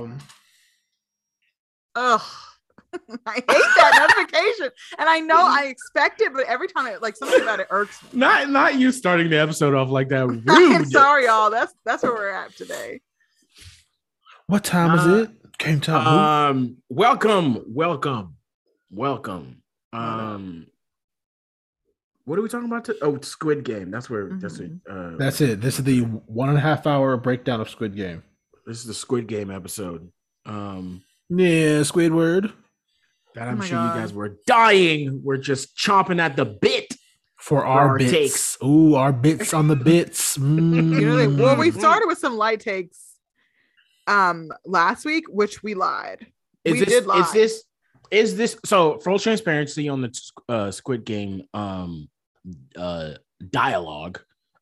Um, ugh. I hate that notification, and I know I expect it, but every time it like something about it irks me. Not not you starting the episode off like that. I'm Rude. sorry, y'all. That's that's where we're at today. What time Uh, is it? Game time. boo. Um, welcome, welcome, welcome. Um, what are we talking about? To- oh, Squid Game. That's where. That's it. Mm-hmm. Uh, That's it. This is the one and a half hour breakdown of Squid Game. this is the Squid Game episode. Um, Yeah, Squidward. that Oh I'm my sure God. you guys were dying. We're just chomping at the bit. For our, our bits. takes. Ooh, our bits on the bits. Mm. You know, like, well, we Mhm. started with some light takes um last week, which we lied. Is We this? did lie. Is this? Is this? So, full transparency on the uh, Squid Game um, uh, dialogue.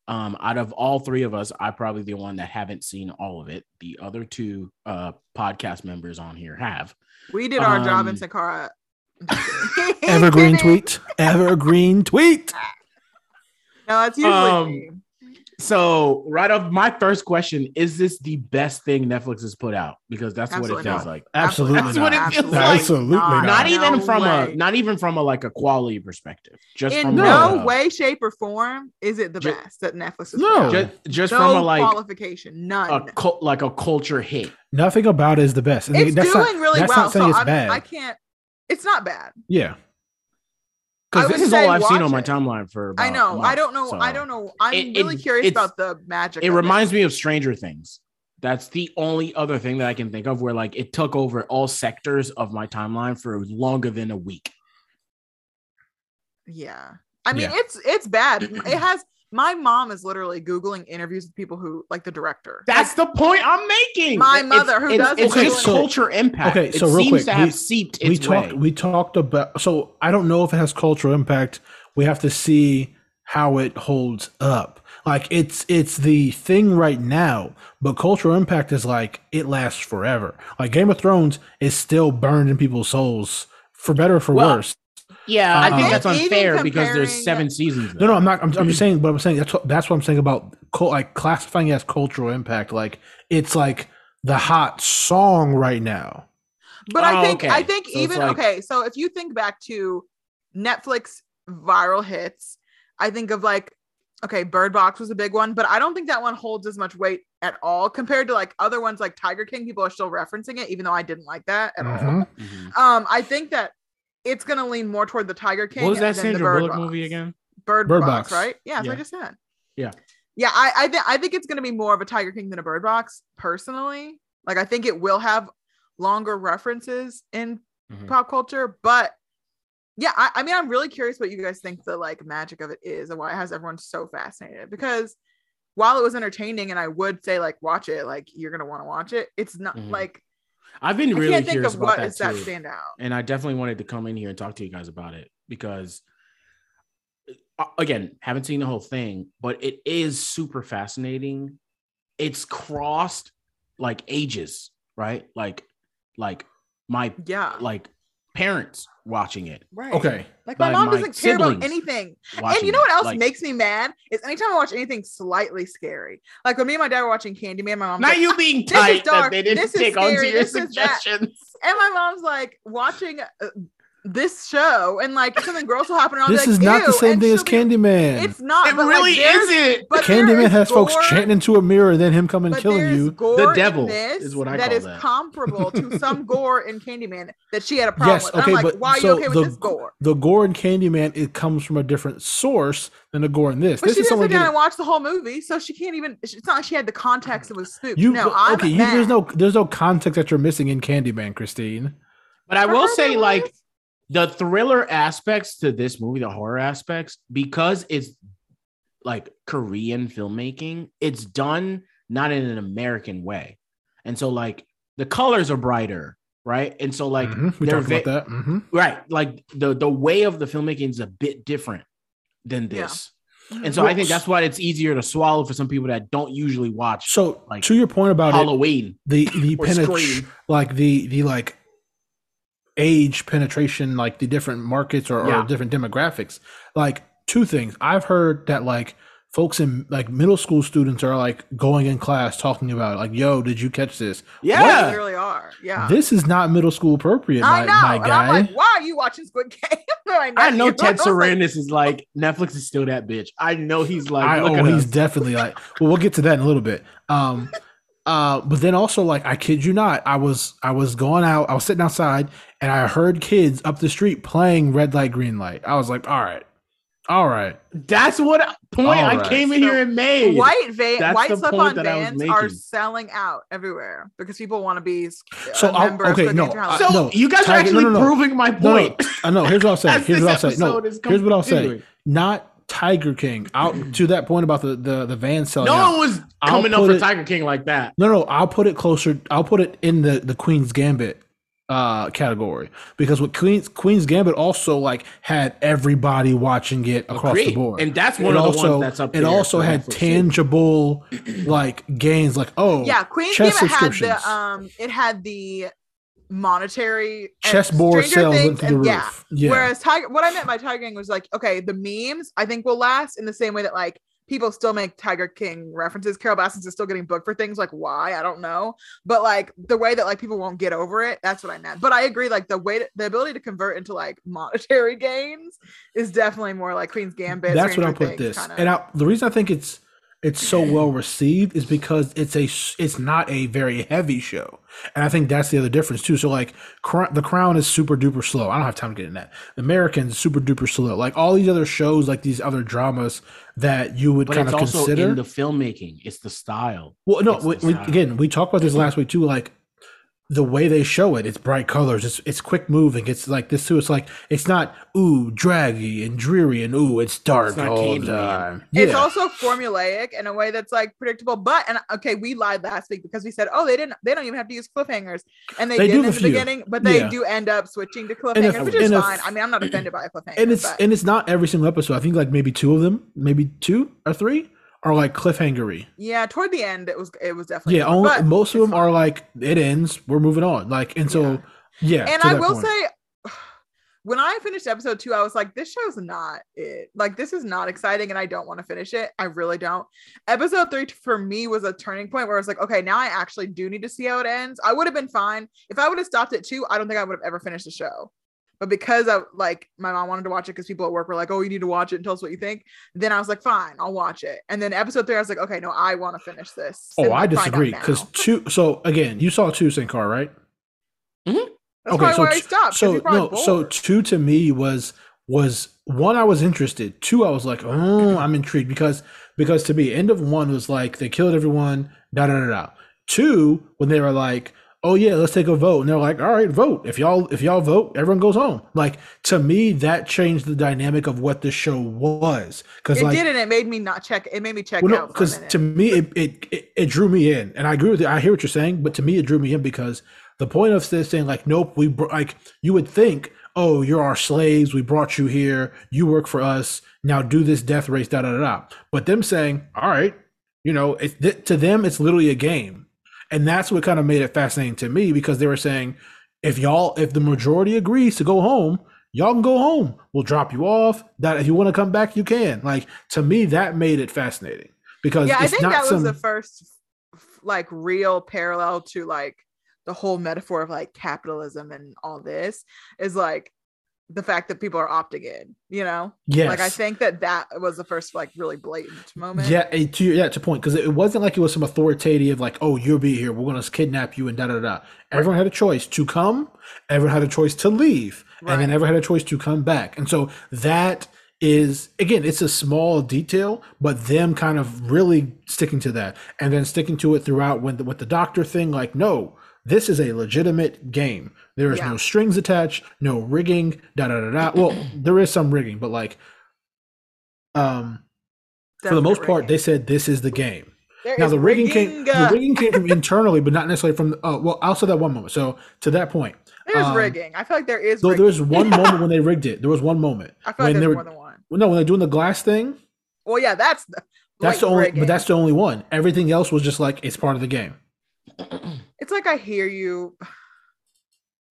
Um, out of all three of us, I'm probably the one that haven't seen all of it. The other two uh, podcast members on here have. We did our job in Um, Saqqara. Kidding. Evergreen tweet. Evergreen tweet. No, that's usually Um, me. So, right off my first question is this the best thing Netflix has put out? Because that's what Absolutely it feels not. like. Absolutely. That's not. what it feels Absolutely like. Absolutely not. not. Not even No from way. a not even from a like a quality perspective. Just in from no a, way, shape, or form is it the Ju- best that Netflix has put No. out. just, just no from a like qualification, a none. cult like a culture hit. Nothing about it is the best. And it's doing not- really that's well. Not saying so it's I'm, bad. I can't. It's not bad. yeah. I Because this would is all say I've seen watch on my it. timeline for. About I a know. I month, don't know. I so. don't know. I'm It- really it- curious it's- about the magic. It of reminds me of Stranger Things. That's the only other thing that I can think of where like it took over all sectors of my timeline for longer than a week. Yeah. I mean, Yeah. it's it's bad. It has. My mom is literally googling interviews with people who like the director. That's the point I'm making. My It's- mother who it's, doesn't it's do just it. So- culture impact. okay, it so real seems quick, to have we- seeped we its talked way. we talked about so i don't know if it has cultural impact we have to see how it holds up like it's it's the thing right now but cultural impact is like it lasts forever like game of thrones is still burned in people's souls for better or for Well, worse Yeah, I Uh, think that's Even unfair because comparing- there's seven seasons. no no i'm not i'm, I'm just saying but i'm saying that's what that's what i'm saying about cul- like classifying it as cultural impact like it's like the hot song right now But I Oh, think I okay. think So it's even like- okay, so if you think back to Netflix viral hits, I think of like okay, Bird Box was a big one, but I don't think that one holds as much weight at all compared to like other ones like Tiger King. People are still referencing it, even though I didn't like that at all. Mhm. Mhm. Um, I think that it's gonna lean more toward the Tiger King. What was that than the Sandra Bird Bullock Box. movie again? Bird, Bird Box, Box. right? Yeah, that's what I Yeah. just said. Yeah. Yeah, I I, th- I think it's going to be more of a Tiger King than a Bird Box, personally. Like, I think it will have longer references in Mhm. pop culture, but yeah, I, I mean, I'm really curious what you guys think the like magic of it is and why it has everyone so fascinated. Because while it was entertaining, and I would say like watch it, like you're gonna want to watch it. It's not Mhm. like I've been I really can't think curious of about what that is that too. standout. and I definitely wanted to come in here and talk to you guys about it because uh, again, haven't seen the whole thing, but it is super fascinating. It's crossed like ages, right? Like like my Yeah, like parents watching it. right. okay Like my by mom my doesn't care about siblings. anything. Watching and you know what it. else Like, makes me mad is anytime I watch anything slightly scary. Like when me and my dad were watching Candyman, my mom not like, you being This is tight dark. that they didn't This is take onto scary. your This is that. suggestions. and my mom's like watching uh, this show and like something gross will happen. And I'll this be like, is not the "Ew," same and thing she'll as be- candyman It's not. It but, like, really there's- isn't. But there Candyman is has folks gore- chanting into a mirror, then him coming but and killing there's you. Gore The in devil this is what I that call is that. comparable to some gore in Candyman that she had a problem Yes, with. And okay, I'm like, but why are you so okay with the- this gore? The gore in Candyman it comes from a different source than the gore in this. But this she is didn't someone sit down getting- and watch the whole movie, so she can't even. It's not like she had the context. It was spooked. you no, okay. I'm you, mad. there's no there's no context that you're missing in Candyman, Christine. But I For will her, say, there like, was. the thriller aspects to this movie, the horror aspects, because it's like Korean filmmaking, it's done not in an American way. And so, like, the colors are brighter, right? And so, like, Mhm, we they're talked ve- about that. Mhm. right, like the the way of the filmmaking is a bit different than Yeah. this. And so, I Well, think that's why it's easier to swallow for some people that don't usually watch So like, to your point about it, Halloween the the or penetra- Scream. like the the like age penetration like the different markets or, or Yeah. different demographics like two things i've heard that like folks in like middle school students are like going in class talking about it, like, "Yo, did you catch this? They Yeah. really are. Yeah. This is not middle school appropriate, I my, know. my and I'm guy." like, why are you watching Squid Game? Like, I I know was Ted like, Sarandis is like Netflix is still that bitch. I know he's like I, look oh, at us. he's definitely like. Well, we'll get to that in a little bit. Um, uh, but then also like, I kid you not, I was I was going out, I was sitting outside, and I heard kids up the street playing red light, green light. I was like, all right, all right, That's what point I Alright. came in So, here and made. White va- That's white the slip point on that I was vans are making. selling out everywhere because people want to be So a I'll- member of okay, Squid no, uh, Game for I- Halloween. so no, you guys are Tiger- no, actually no, no. proving my No, no, point. I know. Here's what I'll say. As Here's this what I'll say. No, episode is here's what I'll say. continuing. Not Tiger King. Out to that point about the the, the van No, selling. out. one was I'll coming up put for it- Tiger King like that. No, no. I'll put it closer. I'll put it in the the Queen's Gambit uh category because with Queen's Queen's Gambit also like had everybody watching it across the Agreed. board. And that's one it of the also ones that's up it there also for had Netflix, too. tangible like gains. Like oh yeah, Queen's Game chess had subscriptions. the um, it had the monetary and chessboard Stranger sales Things went through the and- roof. yeah, Yeah. Whereas Tiger, what I meant by Tiger King was like, okay, the memes I think will last in the same way that like people still make Tiger King references. Carol Baskins is still getting booked for things like why I don't know, but like the way that like people won't get over it. That's what I meant. But I agree, like the way to, the ability to convert into like monetary gains is definitely more like Queen's Gambit. That's what Stranger I put Things this. kinda- And I, the reason I think it's it's so well received is because it's a s- it's not a very heavy show, and I think that's the other difference too. So like, Cr- The Crown is super duper slow. I don't have time to get in that. Americans super duper slow. Like all these other shows, like these other dramas that you would But kind it's of also consider. in the filmmaking. It's the style. well, no, it's we, the we- style. again, we talked about this last week too. Like the way they show it, it's bright colors, it's it's quick moving, it's like this too. It's like it's not ooh draggy and dreary and ooh it's dark not all the Candyman. time. It's Yeah. also formulaic in a way that's like predictable. But and okay, we lied last week because we said, oh, they didn't, they don't even have to use cliffhangers, and they, They did do in the the few. beginning, but they Yeah. do end up switching to a- cliffhangers, which is and a- fine. I mean, I'm not offended by a cliffhanger, and it's but and it's not every single episode. I think like maybe two of them, maybe two or three are like cliffhangery. yeah, toward the end, it was it was definitely Yeah, more, only, but- most of it's them are like it ends. We're moving on. Like and so yeah. and to I that will point. say, when I finished episode two, I was like, this show's not it. Like, this is not exciting, and I don't want to finish it. I really don't. Episode three t- for me was a turning point where I was like, okay, now I actually do need to see how it ends. I would have been fine if I would have stopped at two. I don't think I would have ever finished the show. But because I like my mom wanted to watch it because people at work were like, "Oh, you need to watch it and tell us what you think." Then I was like, "Fine, I'll watch it." And then episode three, I was like, "Okay, no, I want to finish this." Oh, and I find out disagree now. because two. So again, you saw two St. Car, right? that's okay, probably so where I t- stopped. 'cause So he's probably no, so bored. two to me was was one I was interested. Two, I was like, oh, I'm intrigued because because to me, end of one was like they killed everyone. Da da da da. Two, when they were like, oh yeah, let's take a vote, and they're like, all right, vote. If y'all if y'all vote, everyone goes home. Like to me, that changed the dynamic of what the show was because it like did, and it made me not check. It made me check well, no, out for a because minute. to me it, it it it drew me in, and I agree with you. I hear what you're saying, but to me it drew me in because the point of this saying like, nope, we br- like you would think, oh, you're our slaves, we brought you here, you work for us, now do this death race, da da da. da. But them saying, all right, you know, it's th- to them it's literally a game, and that's what kind of made it fascinating to me because they were saying, if y'all, if the majority agrees to go home, y'all can go home. We'll drop you off. That if you want to come back, you can. Like to me, that made it fascinating because yeah, I it's think not that was some. the first f- like real parallel to like the whole metaphor of like capitalism and all this is like the fact that people are opting in. You know, yes. like I think that that was the first like really blatant moment. Yeah, and to yeah, to point because it wasn't like it was some authoritative like, oh, you'll be here. We're gonna kidnap you and da da da. Everyone had a choice to come. Everyone had a choice to leave, and Right. then everyone had a choice to come back. And so that is again, it's a small detail, but them kind of really sticking to that, and then sticking to it throughout when the, with the doctor thing, like, no, this is a legitimate game. There is Yeah. no strings attached, no rigging, da da da da. Well, there is some rigging, but like, um for Definite the most part, rigging. they said this is the game. There Now is the rigging, came the uh, rigging came from internally, but not necessarily from. Uh, well, I'll say that one moment. So to that point, there's um, rigging. I feel like there is. though rigging. there was one moment when they rigged it. There was one moment I feel like there's when they more were than one. well, no when they're doing the glass thing. Well, yeah, that's the. That's the blatant only, rigging. but that's the only one. Everything else was just like it's part of the game. It's like I hear you.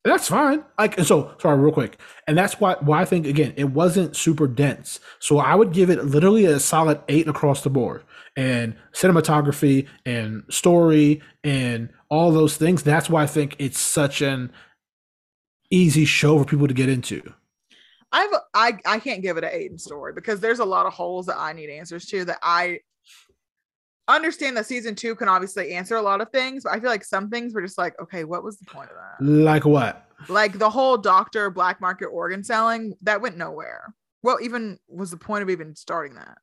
And that's fine. Like and so, sorry, real quick, and that's why why I think again it wasn't super dense. So I would give it literally a solid eight across the board, and cinematography and story and all those things. That's why I think it's such an easy show for people to get into. I've I I can't give it an eight in story because there's a lot of holes that I need answers to that I understand that season two can obviously answer a lot of things, but I feel like some things were just like, okay, what was the point of that? Like what? Like the whole doctor black market organ selling that went nowhere. Well, even was the point of even starting that?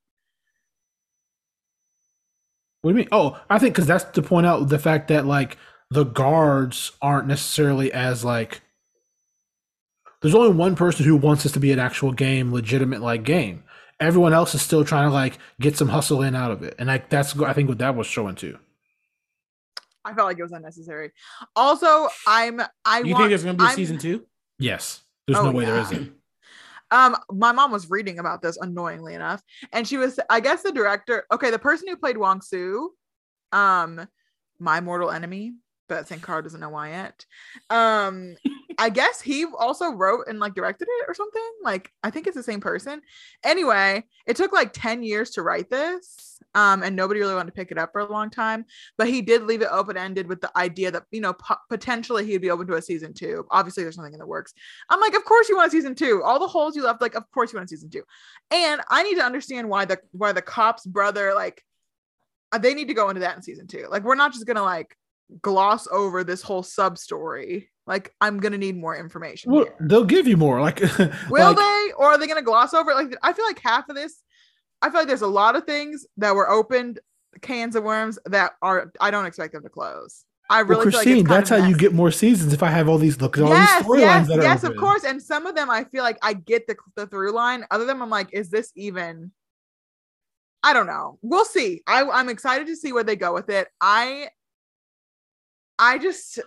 What do you mean? Oh, I think because that's to point out the fact that like the guards aren't necessarily as like there's only one person who wants this to be an actual game, legitimate like game. Everyone else is still trying to like get some hustle in out of it, and like that's I think what that was showing too. I felt like it was unnecessary. Also, I'm I you want, think there's gonna be a I'm- season two? Yes, there's Oh, no way there yeah. isn't. Um, my mom was reading about this annoyingly enough, and she was, I guess, the director. Okay, the person who played Wong Su, um, my mortal enemy, but Sankara doesn't know why yet. Um, I guess he also wrote and like directed it or something. Like I think it's the same person. Anyway, it took like ten years to write this, um, and nobody really wanted to pick it up for a long time. But he did leave it open ended with the idea that you know po- potentially he'd be open to a season two. Obviously, there's nothing in the works. I'm like, of course you want a season two. All the holes you left, like, of course you want a season two. And I need to understand why the why the cop's brother, like, uh, they need to go into that in season two. Like, we're not just gonna like gloss over this whole sub story. Like, I'm gonna need more information. Well, here. they'll give you more. Like, Will like, they, or are they gonna gloss over it? Like, I feel like half of this, I feel like there's a lot of things that were opened cans of worms that are I don't expect them to close. I Well, really feel like it's Christine, kind that's of how you messy. get more seasons. If I have all these, look at all these storylines yes, that are yes, of open. course. And some of them, I feel like I get the the through line. Other than I'm like, is this even? I don't know. We'll see. I, I'm excited to see where they go with it. I, I just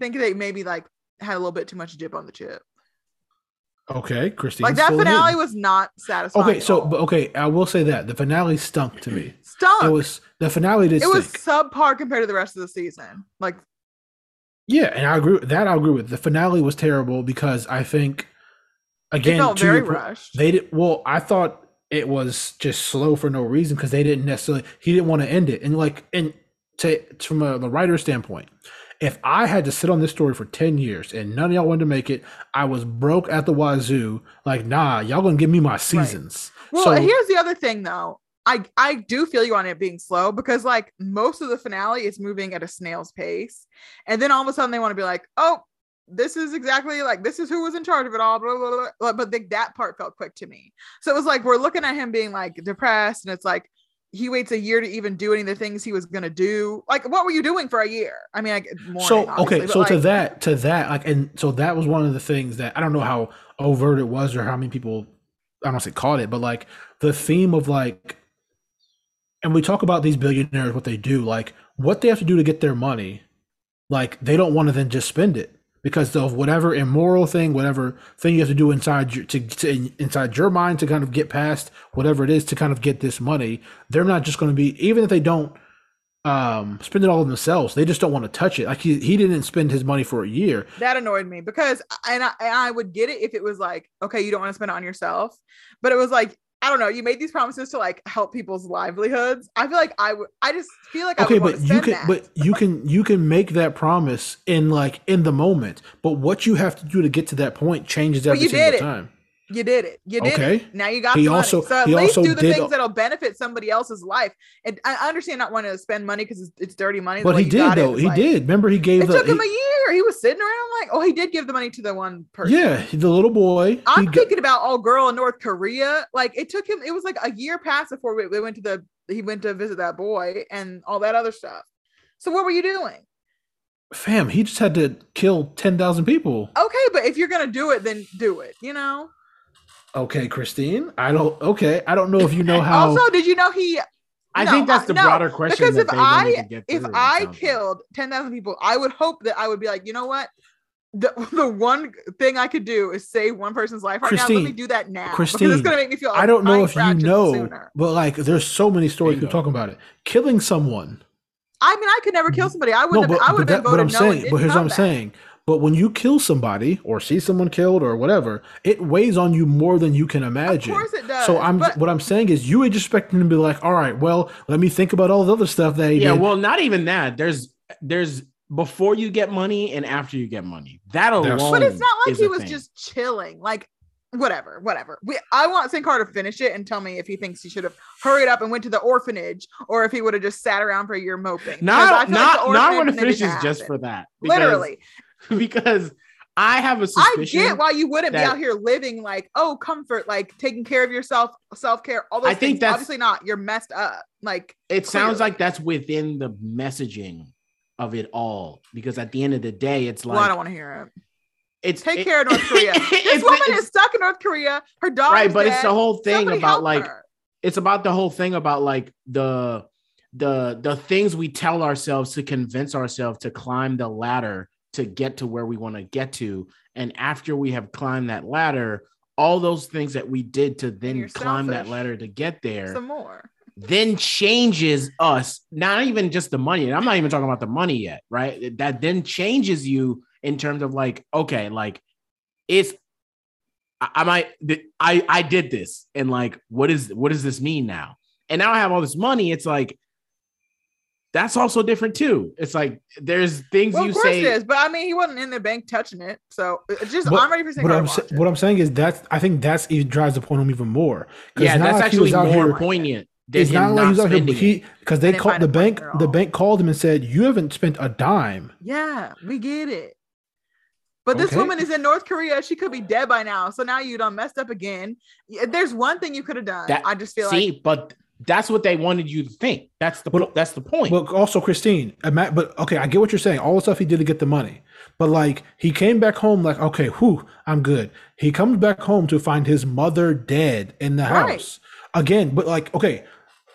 think they maybe like had a little bit too much dip on the chip. Okay, Christine. Like that finale was not satisfying. Okay, at so all. but okay, I will say that the finale stunk to me. stunk. It was the finale did it stink. was subpar compared to the rest of the season. Like yeah, and I agree with that. I agree with the finale was terrible because I think it again felt to very your po- rushed. They did well. I thought it was just slow for no reason because they didn't necessarily. He didn't want to end it, and like, and to from a, the writer's standpoint, if I had to sit on this story for ten years and none of y'all wanted to make it, I was broke at the wazoo. Like, nah, y'all gonna give me my seasons. Well, so here's the other thing though. I I do feel you on it being slow because like most of the finale is moving at a snail's pace. And then all of a sudden they want to be like, "Oh, this is exactly like this is who was in charge of it all." Blah, blah, blah. Like, But like, that part felt quick to me. So it was like we're looking at him being like depressed and it's like he waits a year to even do any of the things he was going to do. Like what were you doing for a year? I mean, like mourning, so okay, obviously, but, so to like, that, to that, like, and so that was one of the things that I don't know how overt it was or how many people I don't say caught it, but like the theme of like, and we talk about these billionaires, what they do, like what they have to do to get their money, like they don't want to then just spend it because of whatever immoral thing, whatever thing you have to do inside your, to, to inside your mind to kind of get past whatever it is to kind of get this money. They're not just going to be even if they don't um spend it all themselves they just don't want to touch it like he, he didn't spend his money for a year that annoyed me because and I, and I would get it if it was like okay you don't want to spend it on yourself but it was like i don't know you made these promises to like help people's livelihoods i feel like i would i just feel like i okay would want but to you spend can that but you can you can make that promise in like in the moment but what you have to do to get to that point changes every you single did it. time you did it you did okay it now you got He the money. also- so at he least also do the did- things that'll benefit somebody else's life and i understand not wanting to spend money because it's, it's dirty money the but way he you got did it though is, he like- did remember he it gave the took him a he- year he was sitting around like oh he did give the money to the one person yeah he- the little boy I'm he got- thinking about all girl in North Korea. Like it took him, it was like a year past before we, we went to the he went to visit that boy and all that other stuff. So what were you doing? fam he just had to kill 10,000 people Okay, but if you're gonna do it, then do it. You know. okay christine i don't okay i don't know if you know how Also, did you know he? I No, think that's I- the no, broader question. because that if they wanted to I- get If through, it I sounds like. killed ten thousand people, I would hope that I would be like, you know what? The, the one thing I could do is save one person's life right now. Let me Christine, do that now. because Christine, it's gonna make me feel. a I don't know tiny if you fraction know, Sooner. but like, there's so many stories Bingo. people talking about it. Killing someone. I mean, I could never kill somebody. I would. No, have. but, I but, would have been that, Mm-hmm. but voted I'm no. and saying, but didn't here's what I'm combat. saying. But when you kill somebody or see someone killed or whatever, it weighs on you more than you can imagine. Of course it does. so I'm but- what I'm saying is you would just expect him to be like, all right, well, let me think about all the other stuff that he yeah did. well not even that there's there's before you get money and after you get money that There's- alone But it's not like is he a was thing. just chilling. Like, whatever, whatever. We, I want St. Carter to finish it and tell me if he thinks he should have hurried up and went to the orphanage or if he would have just sat around for a year moping. not Because I not feel not the going to orphanage finish made is it just happen. for that because- literally. because I have a I suspicion. get why you wouldn't be that- out here living like, oh, comfort, like taking care of yourself, self care, all those I think things. that's- Obviously not. You're messed up. Like, it sounds clearly. like that's within the messaging of it all because at the end of the day, it's like well, I don't want to hear it. it's Take it- care of North Korea. this it's- woman it's- is stuck in North Korea. Her daughter's right, but it's dead. the whole thing Somebody about help like her. it's about the whole thing about like the the the things we tell ourselves to convince ourselves to climb the ladder to get to where we want to get to and after we have climbed that ladder all those things that we did to then you're climb that selfish. ladder to get there some more. then changes us not even just the money and i'm not even talking about the money yet right that then changes you in terms of like okay like it's i, I might th- i i did this and like what is what does this mean now and now i have all this money it's like that's also different too it's like there's things Well, you of course it say is, but I mean, he wasn't in the bank touching it, so it's just But- I'm ready for St. what Clair I'm to sa- watch it. what I'm saying is that's I think that's even drives the point home even more. 'Cause yeah now that's if he was actually out more here- poignant than It's him not like not he's out spending here it. because they didn't called find the a point bank. at The all. bank called him and said, "You haven't spent a dime." Yeah, we get it. But this Okay. woman is in North Korea. She could be dead by now. So now you done messed up again. If there's one thing you could have done, That- I just feel see like but that's what they wanted you to think that's the Well, that's the point Well, also Christine, ima- but okay, I get what you're saying. All the stuff he did to get the money, but like he came back home, like okay, whew, I'm good. He comes back home to find his mother dead in the Right. house again. But like, okay,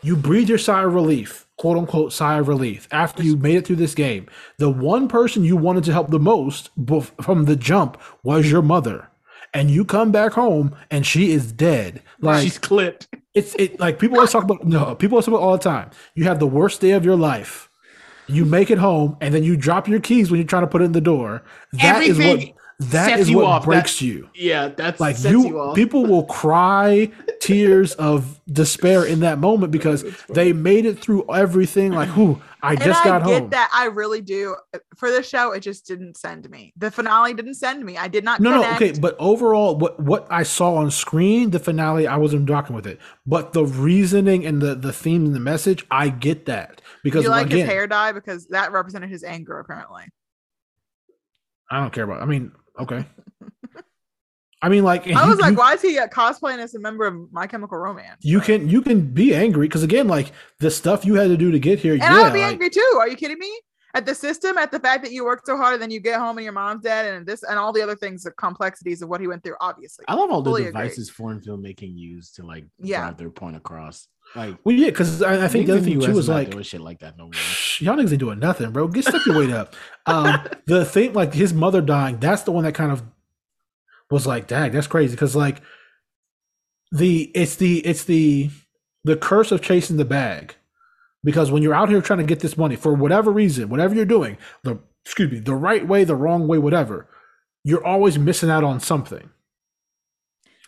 you breathe your sigh of relief, quote unquote sigh of relief, after you made it through this game. The one person you wanted to help the most bef- from the jump was your mother, and you come back home and she is dead. Like she's clipped it's it like people always talk about no, people always talk about all the time. You have the worst day of your life. You make it home and then you drop your keys when you're trying to put it in the door. That is Everything what that sets is you what off. That- breaks you. Yeah, that's Like sets you, you, off. people will cry tears of despair in that moment because they made it through everything. Like, who I and just I got get home. that. I really do. For this show, it just didn't send me. The finale didn't send me. I did not No, connect. no, okay, but overall, what what I saw on screen, the finale, I wasn't rocking with it. But the reasoning and the the theme and the message, I get that Do because you like again, his hair dye? Because that represented his anger, apparently. I don't care about. I mean, okay. I mean, like I you- was like, you, why is he uh, cosplaying as a member of My Chemical Romance? you can you can be angry because again, like the stuff you had to do to get here. And yeah, I would be like, angry too. Are you kidding me? At the system, at the fact that you worked so hard and then you get home and your mom's dead, and this and all the other things, the complexities of what he went through, obviously. I love all the Fully agree. devices foreign filmmaking use to like Yeah. drive their point across. Like Well, yeah, because I, I think the other thing niggas in too US is not like doing shit like that no more. Psh, y'all niggas ain't doing nothing, bro. Get stuck your weight up. Um, the thing, like his mother dying, that's the one that kind of was like, dang, that's crazy. Because like the it's the it's the the curse of chasing the bag. Because when you're out here trying to get this money for whatever reason, whatever you're doing, the excuse me, the right way, the wrong way, whatever, you're always missing out on something.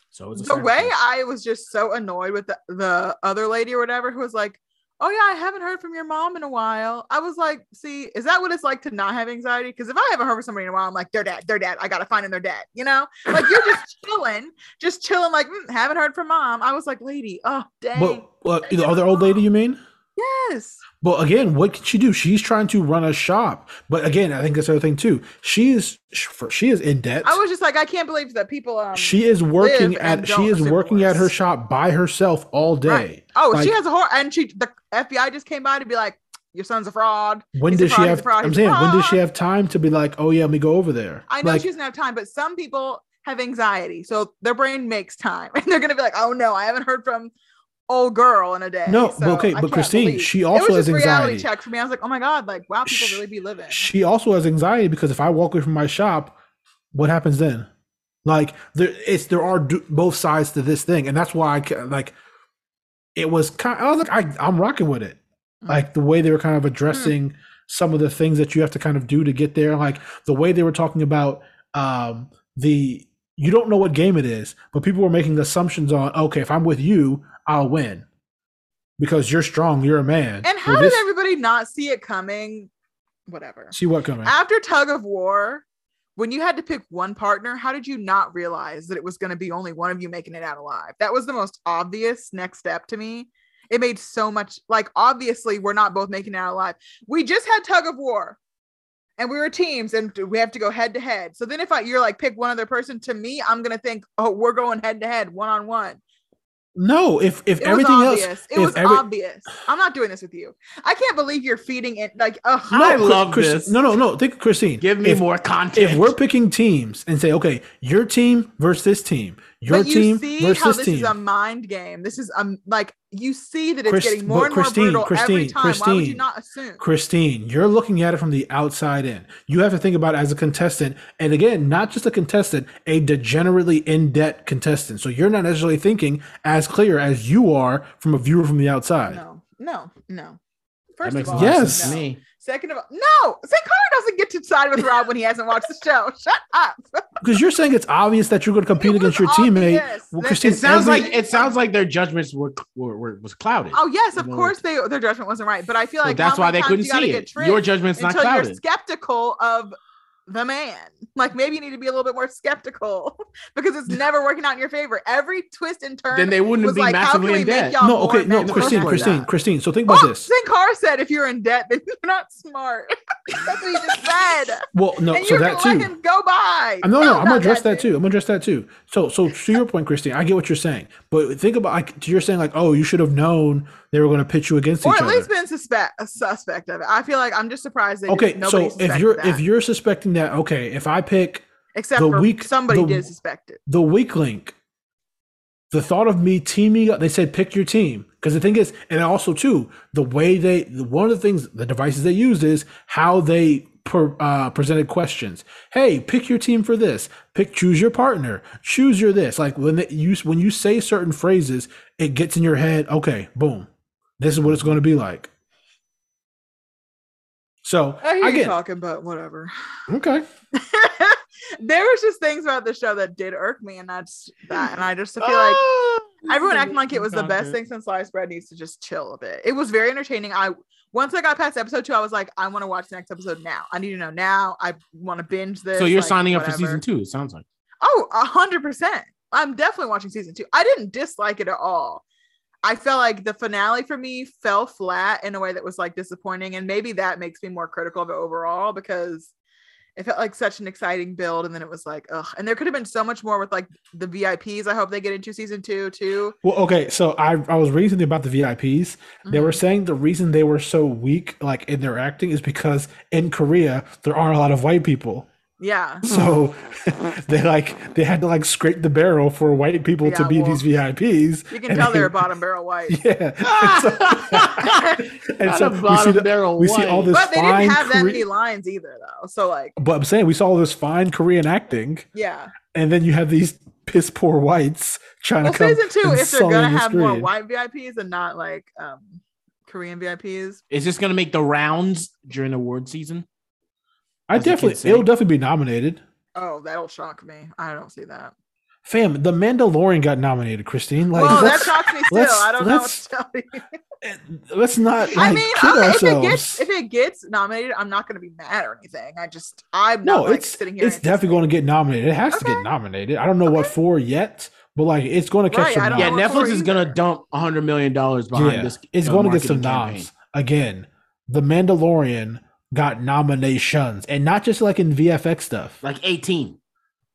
So it's a The way sacrifice. I was just so annoyed with the, the other lady or whatever who was like, Oh, yeah, I haven't heard from your mom in a while. I was like, See, is that what it's like to not have anxiety? Because if I haven't heard from somebody in a while, I'm like, They're dead, they're dead. I got to find them, they're dead. You know, like you're just chilling, just chilling, like, "Mm, haven't heard from mom. I was like, Lady, oh, dang. But uh, the other old lady, you mean? yes. But again, what can she do? She's trying to run a shop. But again, I think that's the other thing too. She is she is in debt. I was just like, I can't believe that people. Um, she is working live at and she don't is assume working at her worse. shop by herself all day. Right. Oh, she Like- has a horror, and she the FBI just came by to be like, "Your son's a fraud." When He's a does she fraud, he's have? a fraud, I'm he's a saying, when does she fraud. have time to be like, oh yeah, let me go over there? I know Like, she doesn't have time, but some people have anxiety, so their brain makes time, and they're gonna be like, "Oh no, I haven't heard from old girl in a day." No, but So okay, I but can't Christine, believe- she It also was has just a reality anxiety. check for me. I was like, "Oh my god, like wow, people Sh- really be living." she also has anxiety because if I walk away from my shop, what happens then? Like there, it's there are do, both sides to this thing, and that's why I ca- like. It was kind. I was like, I, I'm rocking with it. Mm. Like the way they were kind of addressing some of the things that you have to kind of do to get there. Like the way they were talking about um, the you don't know what game it is, but people were making assumptions on okay, if I'm with you, I'll win because you're strong, you're a man. And how Well, did this- everybody not see it coming? Whatever. see what coming? After tug of war, when you had to pick one partner, how did you not realize that it was going to be only one of you making it out alive? That was the most obvious next step to me. It made so much like obviously we're not both making it out alive. We just had tug of war and we were teams and we have to go head to head. So then if I, you're like pick one other person to me, I'm going to think, "Oh, we're going head to head, one on one." No, if if It everything was else, obvious. it if was every- obvious. I'm not doing this with you. I can't believe you're feeding it like ugh. no, I Chris- love Chris- this. No, no, no. Think of Christine. Give me If- more content. If we're picking teams and say, okay, your team versus this team, your but you team see versus how this this team. is a mind game. This is um like you see that it's Chris- getting more but and more Christine, brutal every Christine, time. Why would you Christine. not assume? Christine, you're looking at it from the outside in. You have to think about it as a contestant, and again, not just a contestant, a degenerately in debt contestant. So you're not necessarily thinking as clear as you are from a viewer from the outside. No, no, no. that First makes of a all, lot of sense Yes. to no. me. Second of all, no. St. Clair doesn't get to side with Rob when he hasn't watched the show. Shut up. Because you're saying it's obvious that you're going to compete It against your was teammate. obvious Well, that- Christine, It sounds every- like it sounds like their judgments were, were, were was clouded. Oh yes, of Well, course they their judgment wasn't right, but I feel So like that's how why many they times couldn't you gotta see get it. tricked Your judgment's not until you're clouded. skeptical of the man. Like maybe you need to be a little bit more skeptical because it's never working out in your favor. Every twist and turn Then they wouldn't was be like, how can massively we in make debt. y'all no, more okay, no, mad? Christine, Like Christine, that. Christine. So think about Oh, this. St. Carr said if you're in debt, then you're not smart. That's what he just said. Well, no, and so you're that gonna too. let him go by. Uh, No, no, I'm gonna not address that too. I'm gonna address that too. So, so to your point, Christine, I get what you're saying, but think about like you're saying like, oh, you should have known they were gonna pitch you against Or each at other. least been suspect a suspect of it. I feel like I'm just surprised they Okay, didn't, nobody so if you're suspected if that. you're suspecting that, okay, if I pick except the for weak- somebody the- did suspect it. the weak link, the thought of me teaming up, they said pick your team because the thing is, and also too, the way they the- one of the things the devices they used is how they. Per, uh, presented questions. Hey, pick your team for this. Pick, choose your partner. Choose your this. Like when they, you when you say certain phrases, it gets in your head. Okay, boom. This is what it's going to be like. So I hear Oh, you again, talking, but whatever. okay. there was just things about the show that did irk me, and that's that. And I just feel like Oh, Ah! everyone acting like it was the best thing since sliced bread needs to just chill a bit. It was very entertaining. I once I got past episode two, I was like, I want to watch the next episode now. I need to know now. I want to binge this. So you're like, signing up for whatever. season two. It sounds like Oh, a hundred percent. I'm definitely watching season two. I didn't dislike it at all. I felt like the finale for me fell flat in a way that was like disappointing, and maybe that makes me more critical of it overall because it felt like such an exciting build, and then it was like, ugh. And there could have been so much more with like the VIPs. I hope they get into season two too. Well, okay. So I I was reading something about the VIPs. They Mm-hmm. were saying the reason they were so weak, like in their acting, is because in Korea there aren't a lot of white people. Yeah, So they like they had to like scrape the barrel for white people to Yeah, be well, these VIPs. you can And tell they- they're bottom barrel white. Yeah. Ah! And so, and Not so a we see bottom the- barrel we see all white. this But they fine didn't have that Kore- many lines either, though. So like, But I'm saying we saw all this fine Korean acting, yeah. and then you have these piss poor whites trying well, to come. season two, and if they're sully gonna the have more screen. white VIPs and not like um Korean VIPs, Is this going to make the rounds during award season? I as the kids definitely say. it'll definitely be nominated. oh, that'll shock me. I don't see that. Fam, The Mandalorian got nominated, Christine. Like, well, that let's, shocks me still. let's- I don't know what let's- to tell you. let's not like, I mean, kid okay, if it ourselves. gets if it gets nominated, I'm not gonna be mad or anything. I just I'm no, not like, it's sitting here. it's definitely going to get nominated. It has to Okay. get nominated. I don't know what for yet, but like, it's going to catch Right, some. I don't Yeah, know what for Netflix is going either. to dump hundred million dollars behind Yeah, this. it's uh, going to get some marketing campaign. noms again. The Mandalorian got nominations, and not just like in VFX stuff. like eighteen.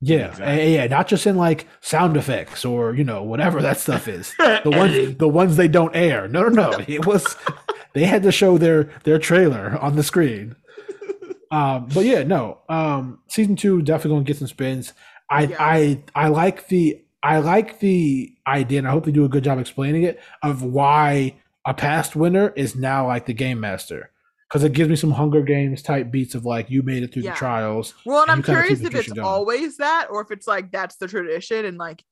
Yeah, Exactly. and- yeah, not just in like sound effects or you know whatever that stuff is. the ones the ones they don't air. No, no, no. It was they had to show their their trailer on the screen. Um, but yeah, no. Um, season two definitely gonna get some spins. I Yeah. I I like the I like the idea, and I hope they do a good job explaining it of why a past winner is now like the game master because it gives me some Hunger Games type beats of like you made it through Yeah. the trials. Well, and you I'm kinda keep curious the if it's tradition going. always that or if it's like that's the tradition and like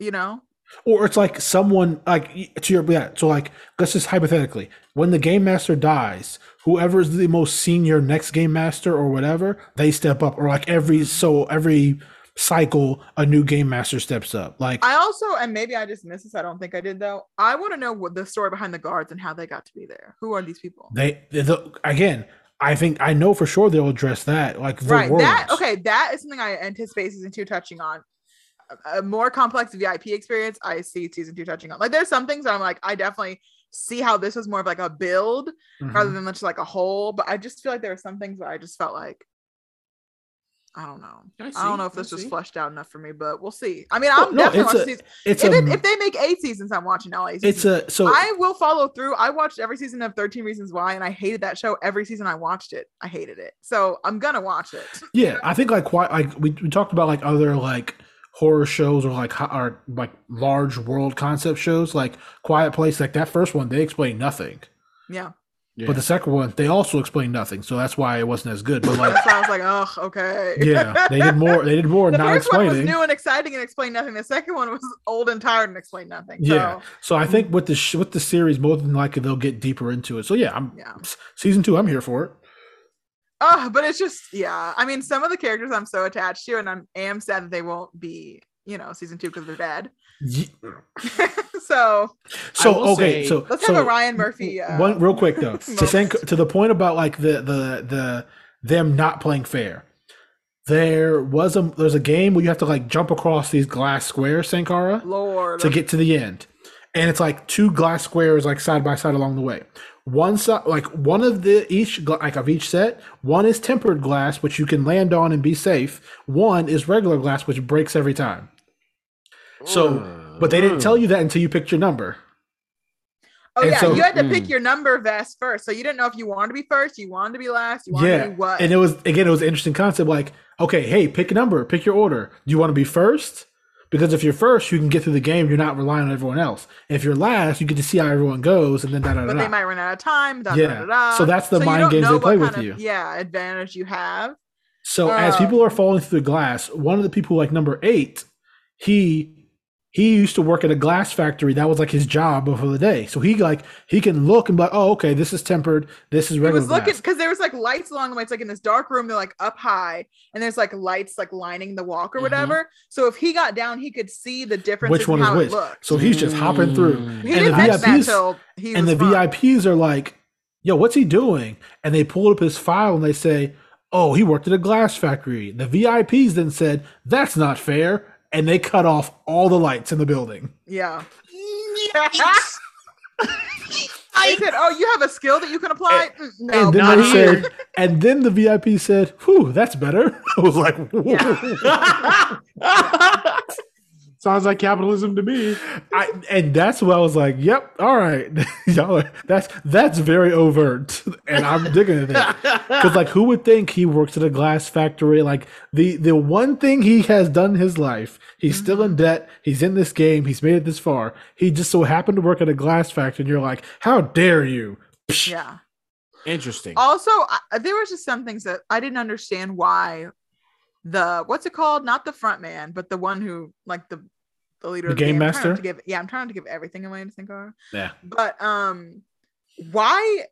you know. Or it's like someone like y- to your yeah. So like let's just hypothetically, when the game master dies, whoever is the most senior next game master or whatever, they step up. Or like every so every cycle, a new game master steps up. Like I also, and maybe I just missed this. I don't think I did though. I want to know what the story behind the guards and how they got to be there. Who are these people? they, the- the, again, I think I know for sure they'll address that. Like the right. words. That okay. That is something I anticipate season two touching on. A, a more complex VIP experience. I see season two touching on. Like there's some things that I'm like I definitely see how this was more of like a build rather than Mhm. just like a whole. But I just feel like there were some things that I just felt like. I don't know. I I, don't see, know if I this was see. fleshed out enough for me, but we'll see. I mean, No, I'm no, definitely it's watching a- season. It's if, a it, if they make eight seasons, I'm watching all eight. it's seasons. a so I will follow through. I watched every season of 13 Reasons Why, and I hated that show every season I watched it. I hated it. So I'm going to watch it. Yeah, I think like why like we, we talked about like other like horror shows or like ho- or like large world concept shows like Quiet Place like that first one they explain nothing, Yeah. Yeah. but the second one they also explain nothing, so that's why it wasn't as good. But like That's why I was like, oh, okay. yeah, they did more. They did more The not first one was explaining. new and exciting and explained nothing. The second one was old and tired and explained nothing. So, Yeah. So I think with the sh- with the series, more than likely they'll get deeper into it. So yeah, I'm yeah. s- season two. I'm here for it. Oh, but it's just, yeah. I mean, some of the characters I'm so attached to, and I'm am sad that they won't be, you know, season two because they're dead. Ye- so So will okay, say- so let's so, have a Ryan Murphy. Uh, one real quick though to moments. think to the point about like the the the them not playing fair there was a there's a game where you have to like jump across these glass squares sankara Lord. to get to the end and it's like two glass squares like side by side along the way one side like one of the each gla- like of each set one is tempered glass which you can land on and be safe one is regular glass which breaks every time so but they Oh. didn't tell you that until you picked your number Oh And yeah, so- you had to pick Mm. your number vest first, so you didn't know if you wanted to be first, you wanted to be last, you wanted Yeah, to be what. and it was again it was an interesting concept like okay hey pick a number pick your order do you want to be first because if you're first you can get through the game you're not relying on everyone else if you're last you get to see how everyone goes and then da da da, but they da. might run out of time. Da, Yeah. Da, da, da. So that's the you mind don't games know they play what with kind of- you. Yeah, advantage you have. so Oh. as people are falling through the glass one of the people like number eight he he used to work at a glass factory that was like his job before the day so he like he can look and be like oh okay this is tempered this is He regular was looking glass. because there was like lights along the way. It's like in this dark room, they're like up high, and there's like lights like lining the walk or Mhm. whatever. So if he got down, he could see the difference Mm-hmm. Which in one is how which? it looked. so he's just hopping Hmm. through he and didn't the mention that VIPs till he and was the fine. VIPs are like, "Yo, what's he doing?" And they pull up his file and they say, "Oh, he worked at a glass factory." The VIPs then said, "That's not fair," and they cut off all the lights in the building. Yeah. They I, said, "Oh, you have a skill that you can apply." Mm, no, and then not they here. said, and then the VIP said, "Whew, that's better." I was like, "Whoa." Sounds like capitalism to me. I, and that's what I was like, "Yep, all right, y'all are, that's that's very overt," and I'm digging it. Because like, who would think he works at a glass factory? Like the the one thing he has done in his life, he's still in debt. He's in this game. He's made it this far. He just so happened to work at a glass factory, and you're like, how dare you? yeah. Interesting. also I, there was just some things that i didn't understand why the what's it called not the front man but the one who like the the leader The of the game I'm trying not master? to give yeah i'm trying not to give everything away in Sinclair. Yeah. but um why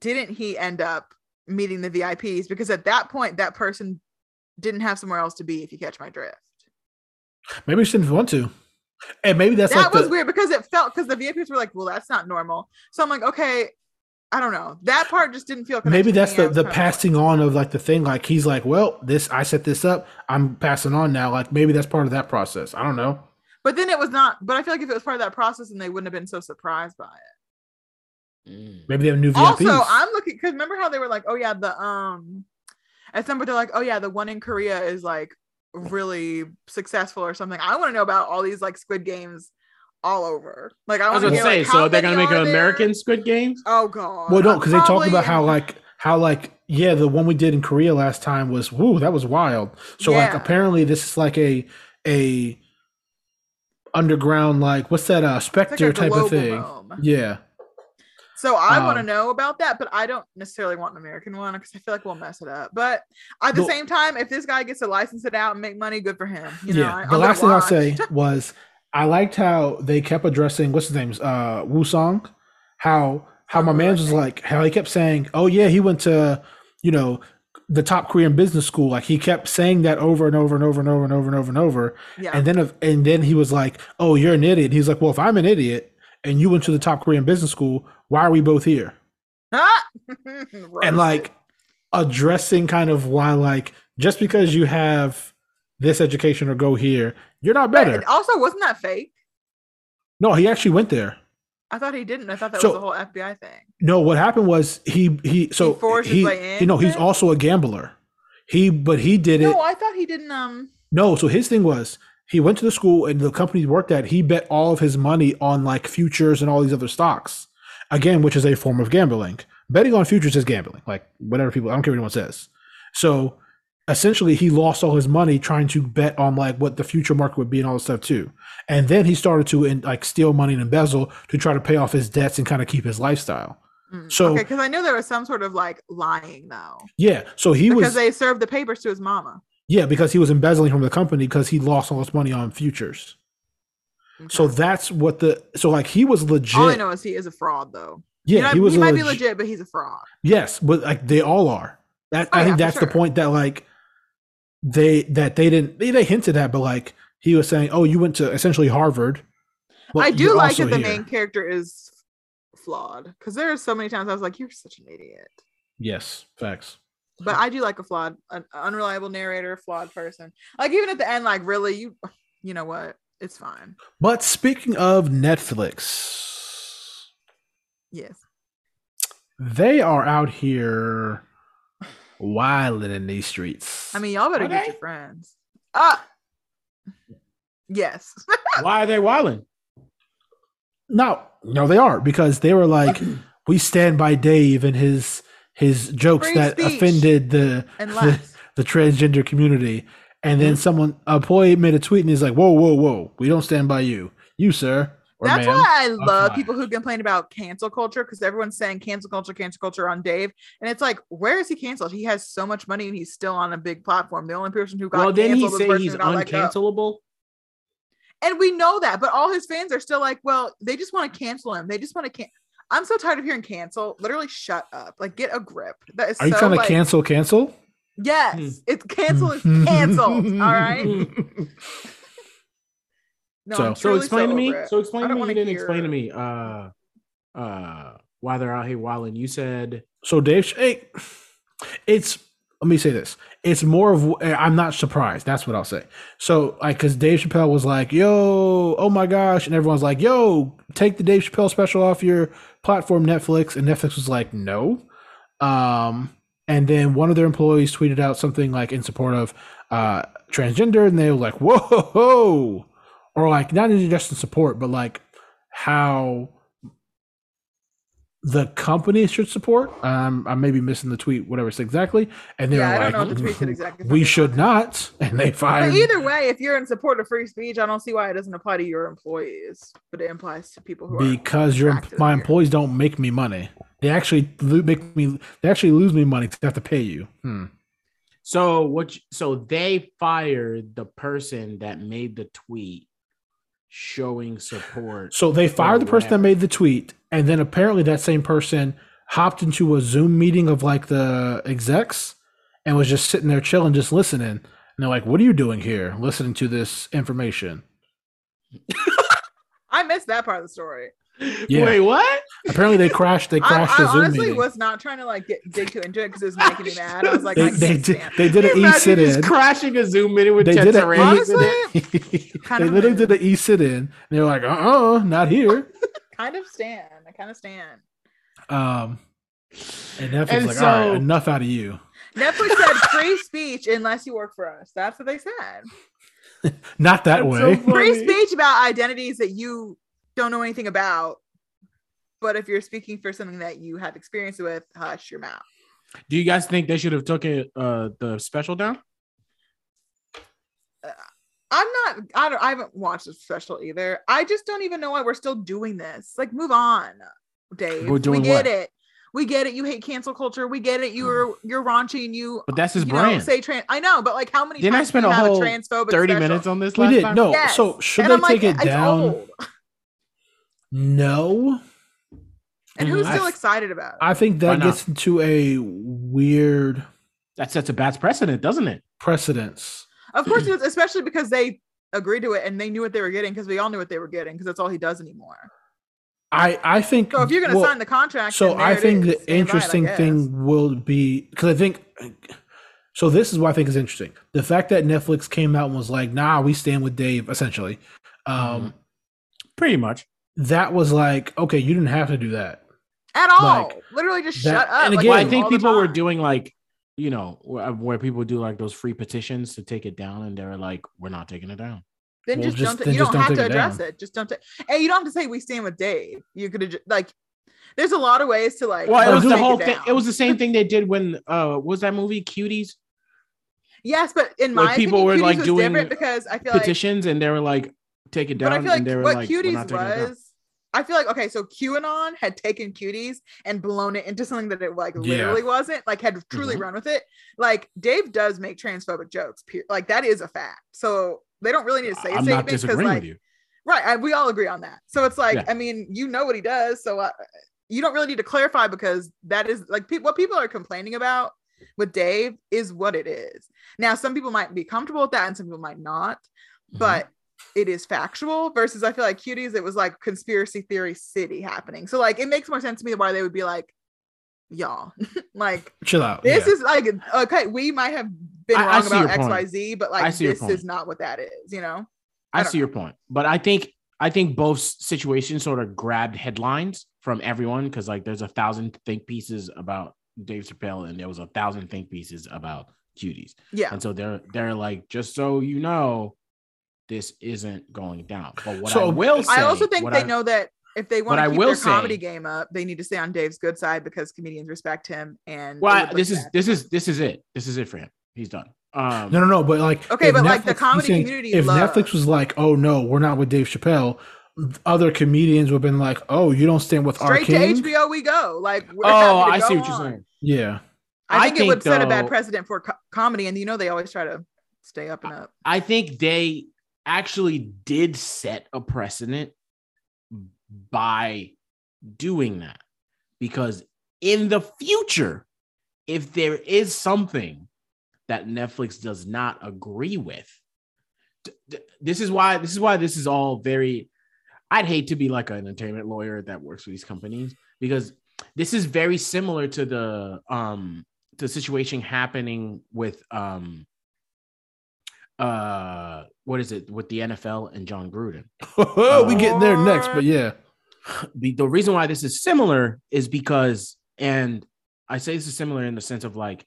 didn't he end up meeting the vips because at that point that person didn't have somewhere else to be if you catch my drift Maybe he shouldn't want to. And maybe that's that like was the, weird because it felt because the vips were like well that's not normal so i'm like okay i don't know that part just didn't feel connected maybe to that's me. I the was the kinda- passing on of like the thing. Like he's like, well, this I set this up. I'm passing on now. Like maybe that's part of that process. I don't know. But then it was not. But I feel like if it was part of that process, and they wouldn't have been so surprised by it. Mm. Maybe they have new VIPs. Also, I'm looking because remember how they were like, oh yeah, the um, at some point they're like, oh yeah, the one in Korea is like really successful or something. I want to know about all these like Squid Games all over. Like I, I was wanna gonna hear, say, like, so how they're gonna many make an are there? American Squid Games. Oh god. Well, no, because they talked Probably- about how like how like yeah, the one we did in Korea last time was woo, that was wild. So like Yeah. apparently this is like a a underground like what's that uh It's like specter a type of global thing? realm. Yeah, So I want to Um, know about that, but I don't necessarily want an American one because I feel like we'll mess it up. But at the The- same time, if this guy gets to license it out and make money, good for him. You know, yeah. I- I'm the gonna last thing I'll watch. say was I liked how they kept addressing what's his name's uh Wu Song, how how my man's was like how he kept saying, oh yeah, he went to you know the top Korean business school. Like he kept saying that over and over and over and over and over and over and over. Yeah. And then if- and then he was like, oh, you're an idiot. He's like, well, if I'm an idiot and you went to the top Korean business school, why are we both here? Ah! and Roasted. like addressing kind of why like just because you have this education or go here you're not But better Also, wasn't that fake? no he actually went there I thought he didn't. I thought that So- was the whole FBI thing. no what happened was he he so He forged his he, way in you know he's then? also a gambler he but he did it No, I thought he didn't. Um, no so his thing was he went to the school and the company he worked at he bet all of his money on like futures and all these other stocks again which is a form of gambling betting on futures is gambling like whatever people i don't care what anyone says so essentially he lost all his money trying to bet on like what the future market would be and all this stuff too and then he started to in, like steal money and embezzle to try to pay off his debts and kind of keep his lifestyle mm, So- okay, because I knew there was some sort of like lying though, yeah so he because was they served the papers to his mama. yeah because he was embezzling from the company because he lost all his money on futures so Okay. that's what the so like he was legit all I know is he is a fraud though. yeah You know, he was might be leg- legit, but he's a fraud. yes but like they all are that Oh, i think yeah, for that's sure. the point that like they that they didn't they, they hinted at but like he was saying oh you went to essentially harvard but I do you're like also that the here." main character is flawed because there are so many times I was like, "You're such an idiot." yes facts But I do like a flawed, an unreliable narrator, flawed person. Like even at the end, like really, you, you know what? It's fine. but speaking of netflix Yes. they are out here wilding in these streets I mean, y'all better Are get they? your friends. Uh yes. Why are they wilding? No, no, they are because they were like, we stand by Dave and his his jokes Free that speech. offended the And Mm-hmm. the, last. the transgender community. And then someone, a employee, made a tweet and he's like, "Whoa, whoa, whoa! We don't stand by you, you sir or That's ma'am." why I love fired. people who complain about cancel culture because everyone's saying cancel culture, cancel culture on Dave. And it's like, where is he canceled? He has so much money and he's still on a big platform. The only person who got well, canceled didn't he was the say person he's who got let go. uncancelable? And we know that, but all his fans are still like, well, they just want to cancel him. They just want to can I'm so tired of hearing cancel. Literally shut up. Like get a grip. That is Are you so trying to like, cancel? Hmm. Cancel? Yes. It's cancel is canceled. all right. No, So- I'm So truly explain to me. over it. So I explain to don't me. wanna You didn't explain hear- to me. Uh, uh, why they're out here wilding? You said So Dave, Ch- hey, it's let me say this. It's more of I'm not surprised. That's what I'll say. So like, because Dave Chappelle was like, "Yo, oh my gosh," and everyone's like, "Yo, take the Dave Chappelle special off your platform, Netflix." And Netflix was like, "No." Um, and then one of their employees tweeted out something like in support of uh, transgender, and they were like, "Whoa, ho, ho." or like not even just in support, but like how the company should support. Um, I may be missing the tweet, whatever it's exactly. And they're Yeah, I like, "Mm-hmm. don't know what the tweet said exactly. we should not. And they fired. But either way, if you're in support of free speech, I don't see why it doesn't apply to your employees, but it applies to people who are. because your attracted my here. employees don't make me money. They actually lo- make me. They actually lose me money. 'cause They have to pay you. Hmm. so. What? you- So they fired the person that made the tweet showing support. So they fired the person that whatever. made the tweet, and then apparently that same person hopped into a Zoom meeting of like the execs and was just sitting there chilling, just listening. And they're like, "What are you doing here, listening to this information?" I missed that part of the story. Yeah. Wait, what? Apparently they crashed. They I, crashed I the Zoom honestly meeting. was not trying to like get dig too into it because it was making me mad. I was like, they, I can't they did. stand it. They did an e Imagine sit just in. crashing a Zoom meeting with They Ted did it. Sarandon. Honestly, they Kinda literally rude. did an e sit in. And they were like, "Uh, uh not here." kind of stand. I kind of stand. Um, and Netflix And like, all so- right, enough out of you. Netflix said free speech unless you work for us. That's what they said. Not that That's so way. funny. Free speech about identities that you don't know anything about. But if you're speaking for something that you have experience with, hush your mouth. Do you guys think they should have taken uh, the special down? I'm not. I don't. I haven't watched the special either. I just don't even know why we're still doing this. Like, move on, Dave. We're doing we get what? it. we get it. You hate cancel culture. We get it. Mm. You're you're raunchy and you But that's his you brand. know, say trans. I know, but like how many Didn't I times spend do you a have whole transphobic 30 special? minutes on this We last did time? no. Yes. So should And they I'm like, take it it's down? old. No, And who's Mhm. still Mm, I- excited about it? I think that not? gets into a weird That sets a bad precedent, doesn't it? precedence. Of course, it was, especially because they agreed to it and they knew what they were getting because we all knew what they were getting because that's all he does anymore. I I think So if you're going to well, sign the contract, So then there I it think is. the Stand by it, I interesting guess. thing will be because I think so. This is what I think is interesting: the fact that Netflix came out and was like, "Nah, we stand with Dave." Essentially, um, Pretty much. that was like, "Okay, you didn't have to do that." at all, like, literally just that- shut up. and like, again- Well, I all think the people were time. doing like, you know, where, where people do like those free petitions to take it down, and they're like, we're not taking it down. Then Well, just, just- don't. then you just don't, don't have take to it address down. it. Just don't. Ta- and you don't have to say we stand with Dave. You could have like. There's a lot of ways to like. Well, Well, it was do the take whole thing. down. It was the same thing they did when uh was that movie Cuties Yes, but in Where my people opinion, were, Cuties like, was doing different because I feel like. petitions, and they were like, take it down, But I feel like and they were what like, we're Cuties not taking it down. was. I feel like okay, so QAnon had taken Cuties and blown it into something that it like Yeah. literally wasn't, like had truly Mhm. run with it. Like Dave does make transphobic jokes, pe- like that is a fact. So they don't really need to say a I'm statement not because disagreeing like with you. Right. I, we all agree on that. So it's like, Yeah. I mean, you know what he does. So I, you don't really need to clarify because that is like pe- what people are complaining about with Dave is what it is. Now, some people might be comfortable with that and some people might not, Mm-hmm. but it is factual versus I feel like cuties, it was like conspiracy theory city happening. So like it makes more sense to me why they would be like, y'all, like Chill out. this yeah. is like, okay, we might have been I- I wrong see about your point. XYZ, but I like see your this point. is not what that is, you know? I I don't see your point, but I think I think both situations sort of grabbed headlines from everyone because like there's a thousand think pieces about Dave Chappelle and there was a thousand think pieces about Judy's, Yeah. and so they're they're like just so you know, this isn't going down. But what So- I will say, I also think what they I- know that if they want what to I keep will their comedy say- game up, they need to stay on Dave's good side because comedians respect him. And they would Well, look this is bad. this is this is it. This is it for him. He's done. Um, no, no, no. But like, Okay, if but, like, the he's comedy community if loves- Netflix was like, "Oh no, we're not with Dave Chappelle," other comedians would have been like, "Oh, you don't stand with our straight to king." HBO we go. Like, we're oh, happy to I see go what on. you're saying. Yeah, I I think, it would think, set a bad though- precedent for co- comedy, and you know they always try to stay up and up. I think they actually did set a precedent by doing that because in the future, if there is something that Netflix does not agree with, th- th- this is why this is why this is all very. I'd hate to be like an entertainment lawyer that works for these companies because this is very similar to the um the situation happening with um uh what is it with the NFL and John Gruden. Oh. we getting there next. But yeah, The, the reason why this is similar is because and I say this is similar in the sense of like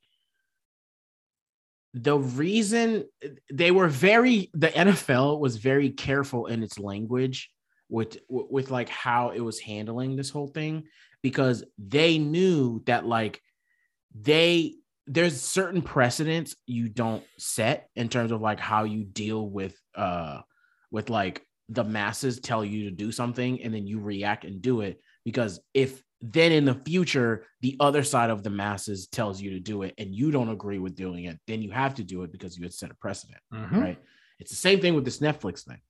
the reason they were very the NFL was very careful in its language with with like how it was handling this whole thing because they knew that like they there's certain precedents you don't set in terms of like how you deal with uh with like the masses tell you to do something and then you react and do it because if then in the future the other side of the masses tells you to do it and you don't agree with doing it then you have to do it because you had set a precedent Mm-hmm. right? It's the same thing with this Netflix thing,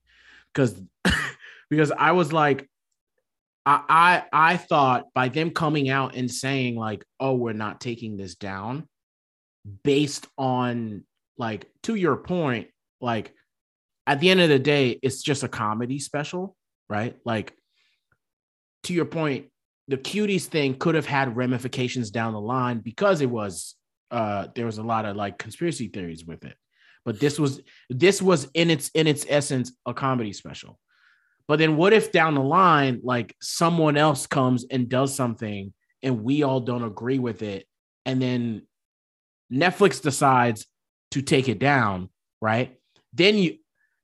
because because I was like, I, I I thought by them coming out and saying like, oh, we're not taking this down, based on like to your point, like at the end of the day, it's just a comedy special, right? Like to your point, the cuties thing could have had ramifications down the line because it was uh there was a lot of like conspiracy theories with it. But this was this was in its in its essence a comedy special. But then what if down the line like someone else comes and does something and we all don't agree with it and then Netflix decides to take it down, right? Then you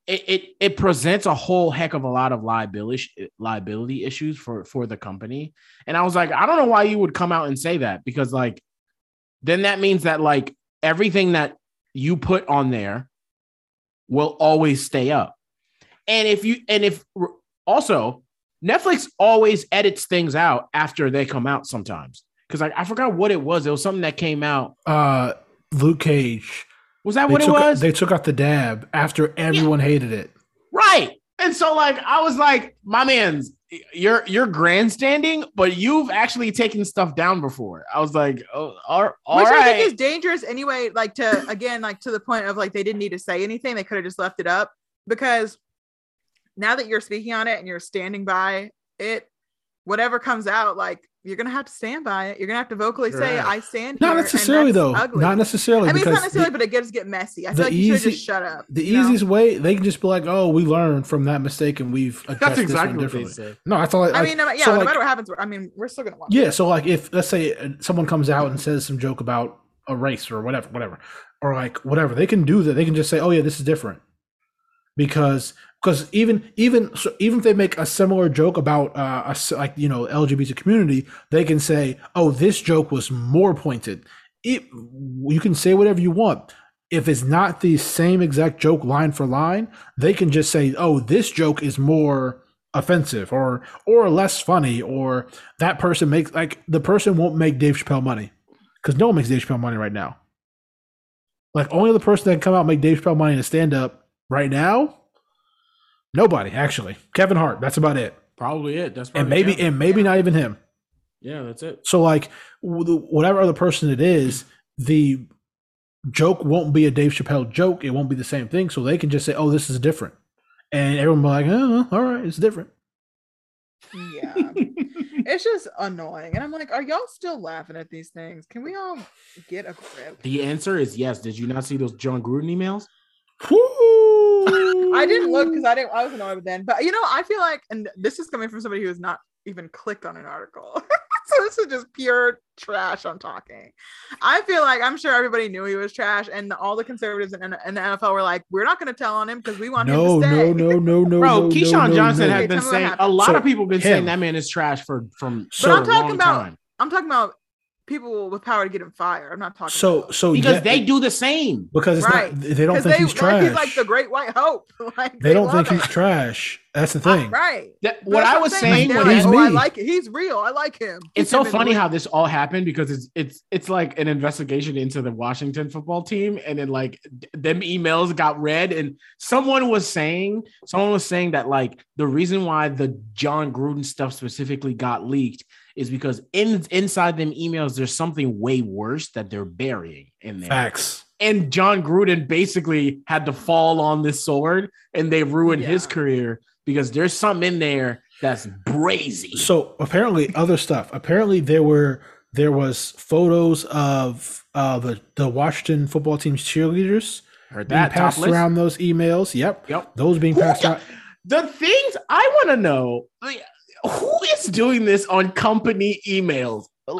it, it it presents a whole heck of a lot of liability liability issues for for the company. And I was like, I don't know why you would come out and say that because like then that means that like everything that you put on there will always stay up. And if you and if also Netflix always edits things out after they come out sometimes because like I forgot what it was. It was something that came out. Uh, Luke Cage. Was that They what it took, was? They took out the dab after everyone hated it. Right. And so like I was like, my man's you're you're grandstanding, but you've actually taken stuff down before. I was like, oh, all, all Which I right. think is dangerous anyway. Like to again, like to the point of like they didn't need to say anything. They could have just left it up because now that you're speaking on it and you're standing by it, whatever comes out, like you're gonna have to stand by it. You're gonna have to vocally say, Right. "I stand." Not here," and necessarily that's though. Ugly. Not necessarily. I mean, it's because not necessarily, the, but it gets get messy. I the feel like you should easy- just shut up. the you know? easiest way they can just be like, "Oh, we learned from that mistake and we've addressed That's this exactly one what they differently." said. No, that's all. I, I like, mean, no, yeah, so, no like- matter what happens, we're- I mean, we're still gonna watch. Yeah, so like if let's say uh, someone comes out and says some joke about a race or whatever, whatever, or like whatever, they can do that. They can just say, "Oh yeah, this is different," because because even even so even if they make a similar joke about uh, a s like you know LGBT community, they can say, "Oh, this joke was more pointed." It you can say whatever you want. If it's not the same exact joke line for line, they can just say, "Oh, this joke is more offensive or or less funny or that person makes like the person won't make Dave Chappelle money because no one makes Dave Chappelle money right now. Like only the person that can come out and make Dave Chappelle money in a stand up right now. Nobody actually. Kevin Hart. That's about it. Probably it. That's And maybe Kevin. and maybe not even him. yeah, that's it. So like w- the- whatever other person it is, the joke won't be a Dave Chappelle joke. It won't be the same thing. So they can just say, "Oh, this is different," and everyone will be like, "Oh, all right, it's different." Yeah. it's just annoying, and I'm like, are y'all still laughing at these things? Can we all get a grip? The answer is yes. Did you not see those John Gruden emails? I didn't Mm. look because I didn't. I was annoyed with then. But you know, I feel like, and this is coming from somebody who has not even clicked on an article. so this is just pure trash on talking. I feel like I'm sure everybody knew he was trash, and all the conservatives in, in the NFL were like, "We're not going to tell on him because we want no, him to stay." no, no, no, no, Bro, no, Keyshawn no, Johnson no. has Tell been me what saying a happened. lot So, of people been him. saying that man is trash for from for So- But I'm a talking long about- time I'm talking about people with power to get him fired. I'm not talking So, about- so because yeah, they do the same. because it's Right. not they don't 'Cause think they- he's trash. Like, he's like the great white hope. Like they don't love think he's it. trash. That's the I- thing. right. That, But what that's I I'm was like, saying, they're was like, He's oh, I me. like it. He's real. I like him. Keep it's so him in the funny league. how this all happened because it's it's it's like an investigation into the Washington football team, and then like d- them emails got read, and someone was saying someone was saying that like the reason why the John Gruden stuff specifically got leaked is because in inside them emails there's something way worse that they're burying in there, Facts. and John Gruden basically had to fall on this sword, and they ruined his Yeah. career because there's something in there that's brazy. So apparently, other stuff. Apparently, there were there was photos of uh, the the Washington football team's cheerleaders Heard being that passed topless. around those emails. Yep, Yep. those being Who- passed out. The things I want to know, like, who is doing this on company emails? Who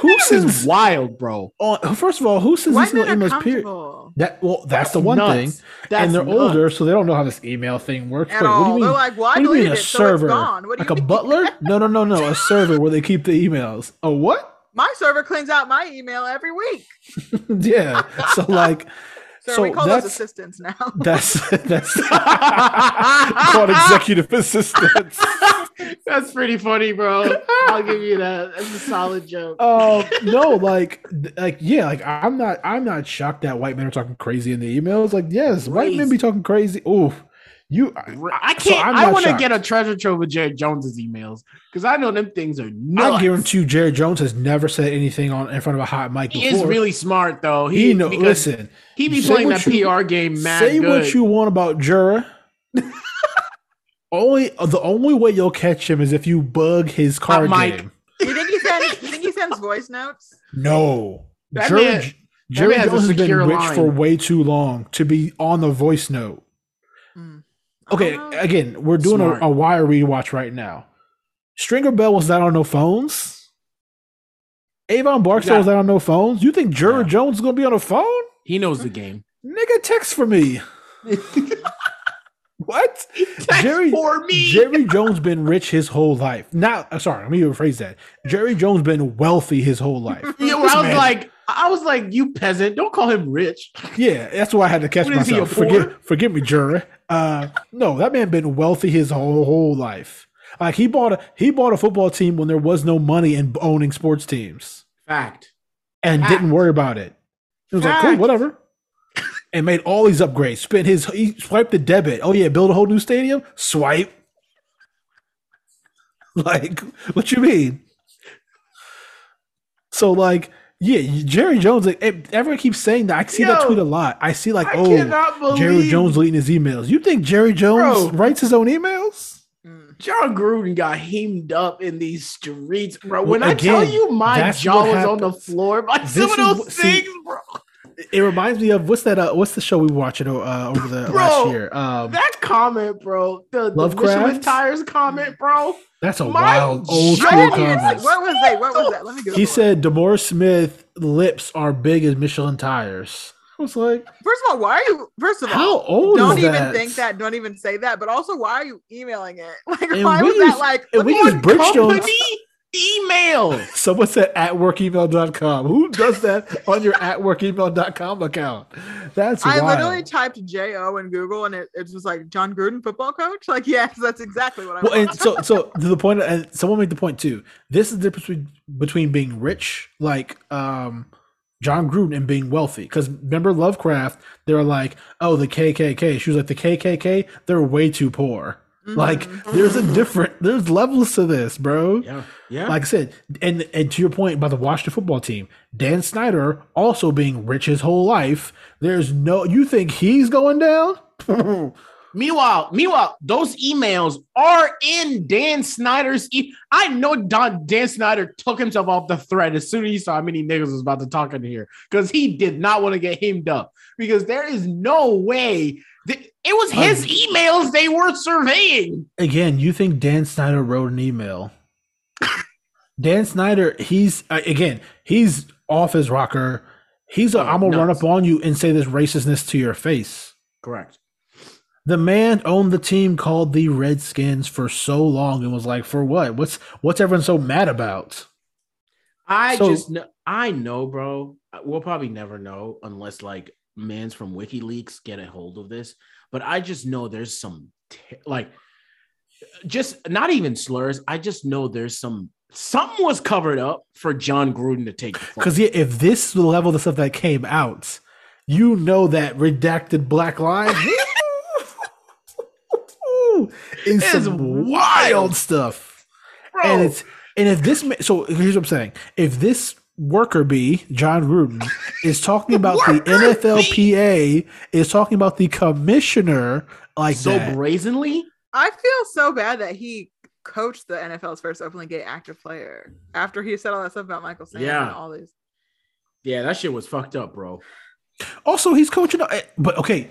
Who is sends- wild, bro? Oh, first of all, who sends White these men little are emails? Period. comfortable That well, that's the one thing. Nuts. That's and they're nuts. older, so they don't know how this email thing works. at Wait, all. what do you mean? They're like, well, I what do you deleted mean a it, so server? it's gone. What do like you a mean? butler? No, no, no, no. A server where they keep the emails. A what? My server cleans out my email every week. yeah. So like, So, So we call those that's- assistants now. that's that's called executive assistants. That's pretty funny, bro. I'll give you that. That's a solid joke. Um, no, like, th- like, yeah, like I'm not, I'm not shocked that white men are talking crazy in the emails. Like, yes, white men be talking crazy. Oh, you, I, I so can't. I'm I not want to shocked. get a treasure trove of Jared Jones's emails because I know them things are nuts. I guarantee you, Jared Jones has never said anything on in front of a hot mic he before. is really smart, though. he, He, know. because Listen, he be say playing what that you- PR game mad say good. what you want about Jura. only the only way you'll catch him is if you bug Uh, his card mic. game. you think he sends? You think he sends voice notes? No. That Jerry, man- Jerry man has a Jones has been secure rich line. for way too long to be on the voice note. Mm. I don't Okay, know. again, we're doing a, Oh, Smart. a wire rewatch right now. Stringer Bell was not on no phones. Avon Barksdale Yeah. was not on no phones. You think Jerry Yeah. Jones is gonna be on a phone? he knows the game. Nigga, text for me. What? That's Jerry- for me. Jerry Jones been rich his whole life. Not uh, sorry, let me rephrase that. Jerry Jones been wealthy his whole life. Yeah, well, I was Man. like, I was like, you peasant, don't call him rich. Yeah, that's why I had to catch What is he, a myself. four? Forgive, forgive me, Jura. Uh, no, that man been wealthy his whole, whole life. Like he bought a he bought a football team when there was no money in owning sports teams Fact. and Fact. didn't worry about it. He was like, cool, Fact. whatever. And made all these upgrades. Spent his he swiped the debit. Oh yeah, build a whole new stadium. Swipe. Like, what you mean? So like, yeah, Jerry Jones. Like, eh, everyone keeps saying that. I see that Yo, tweet a lot. I see like, I oh, cannot believe Jerry Jones deleting his emails. You think Jerry Bro. Jones writes his own emails? Mm. John Gruden got heamed up in these streets, bro. When Well, I tell again, you my that's jaw what was on the happens. floor by This some of is those what- see, things, bro. It reminds me of what's that? Uh, what's the show we were watching uh, over the Bro, last year? Um, That comment, bro. The, the Michelin Lovecraft? tires comment, bro. that's a my wild old jaw I school didn't even- comment. what was that? What was that? Let me go. He said Demore Smith lips are big as Michelin tires. I was like, First of all, why are you? First of all, how old don't is even that? think that. Don't even say that. But also, why are you emailing it? Like, And why we was that use- like? and we look use what Bridgestone. Company email. Someone said at workemail.com. Who does that on your at workemail.com account? That's I wild. literally typed J O in Google and it, it's just like John Gruden football coach. Like, yes, that's exactly what I well, want. and so so to the point, and someone made the point too. This is the difference between, between being rich, like um, John Gruden, and being wealthy. Because remember Lovecraft, they were like, "Oh, the KKK." She was like, "The KKK, they're way too poor." Like, Mhm. there's a different, there's levels to this, bro. Mm-hmm. Yeah, yeah. Like I said, and and to your point about the Washington football team, Dan Snyder also being rich his whole life. There's no, you think he's going down? Meanwhile, meanwhile, those emails are in Dan Snyder's. E- I know Don, Dan Snyder took himself off the thread as soon as he saw how many niggas was about to talk in here because he did not want to get hemmed up because there is no way that it was his Um, emails they were surveying. again, you think Dan Snyder wrote an email? Dan Snyder, he's uh, again, he's off his rocker. He's a, Oh, I'm gonna run nuts. up on you and say this racistness to your face. Correct. The man owned the team called the Redskins for so long and was like, for what? What's what's everyone so mad about? I So- just know, I know, bro. We'll probably never know unless like mans from WikiLeaks get a hold of this. But I just know there's some te- like just not even slurs. I just know there's some something was covered up for John Gruden to take the fall. Because yeah, if this is the level of the stuff that came out, you know that redacted black line is It is some wild. wild stuff. bro. And it's and if this ma- so here's what I'm saying. If this worker bee, John Gruden, is talking about the Worker NFLPA, is talking about the commissioner like so that. brazenly. I feel so bad that he coached the NFL's first openly gay active player after he said all that stuff about Michael Sam Yeah. and all these. Yeah, that shit was fucked up, bro. Also, he's coaching eh, but okay.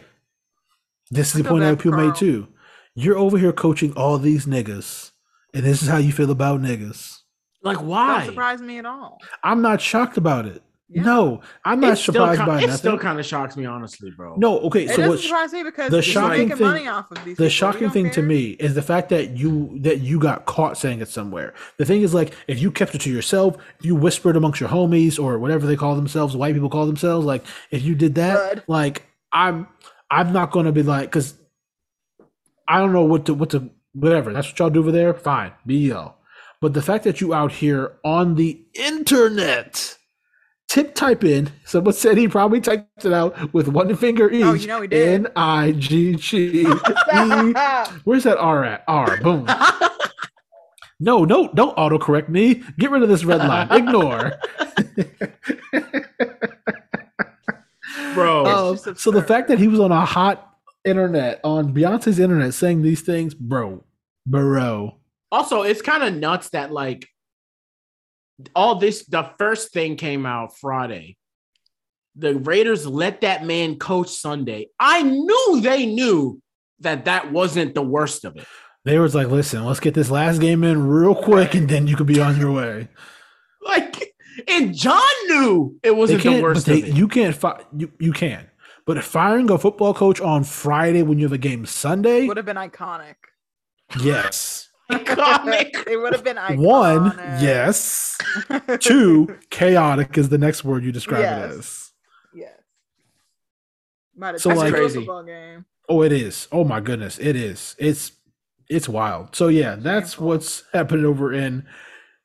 This is the Feel point bad that for people made Carl. too. You're over here coaching all these niggas, and this is how you feel about niggas. Like Don't why? surprise me at all. I'm not shocked about it. Yeah. No, I'm not It still surprised kin- by it still nothing. kind of shocks me, honestly, bro. No, okay. It so doesn't what? surprise me because the he's shocking making thing- money off of these. people. The We shocking don't thing to care. me is the fact that you that you got caught saying it somewhere. The thing is like if you kept it to yourself, if you whispered amongst your homies or whatever they call themselves, white people call themselves, like if you did that, Bud. like I'm I'm not gonna be like cause I don't know what to what to whatever, that's what y'all do over there, fine, be y'all. But the fact that you out here on the internet tip type in someone said he probably typed it out with one finger each Oh, you know he did. N I G G E Where's that R at? R, boom. No, no, don't autocorrect me. Get rid of this red line. Ignore. bro. It's Um, just so the absurd. fact that he was on a hot internet, on Beyonce's internet, saying these things, bro, bro. also it's kind of nuts that like all this the first thing came out friday the raiders let that man coach sunday i knew they knew that that wasn't the worst of it They was like, listen, let's get this last game in real quick, and then you could be on your way. like and john knew it They wasn't the can't, but worst they, of it you can't fi- you, you can. But firing a football coach on Friday when you have a game Sunday, would have been iconic. yes. Comic. it would have been iconic. One, yes. Two, chaotic is the next word you describe Yes. it as. yes. Might have So, so like- like, Crazy. football game. Oh, it is. Oh my goodness, it is. It's it's wild. So yeah, that's Painful. what's happening over in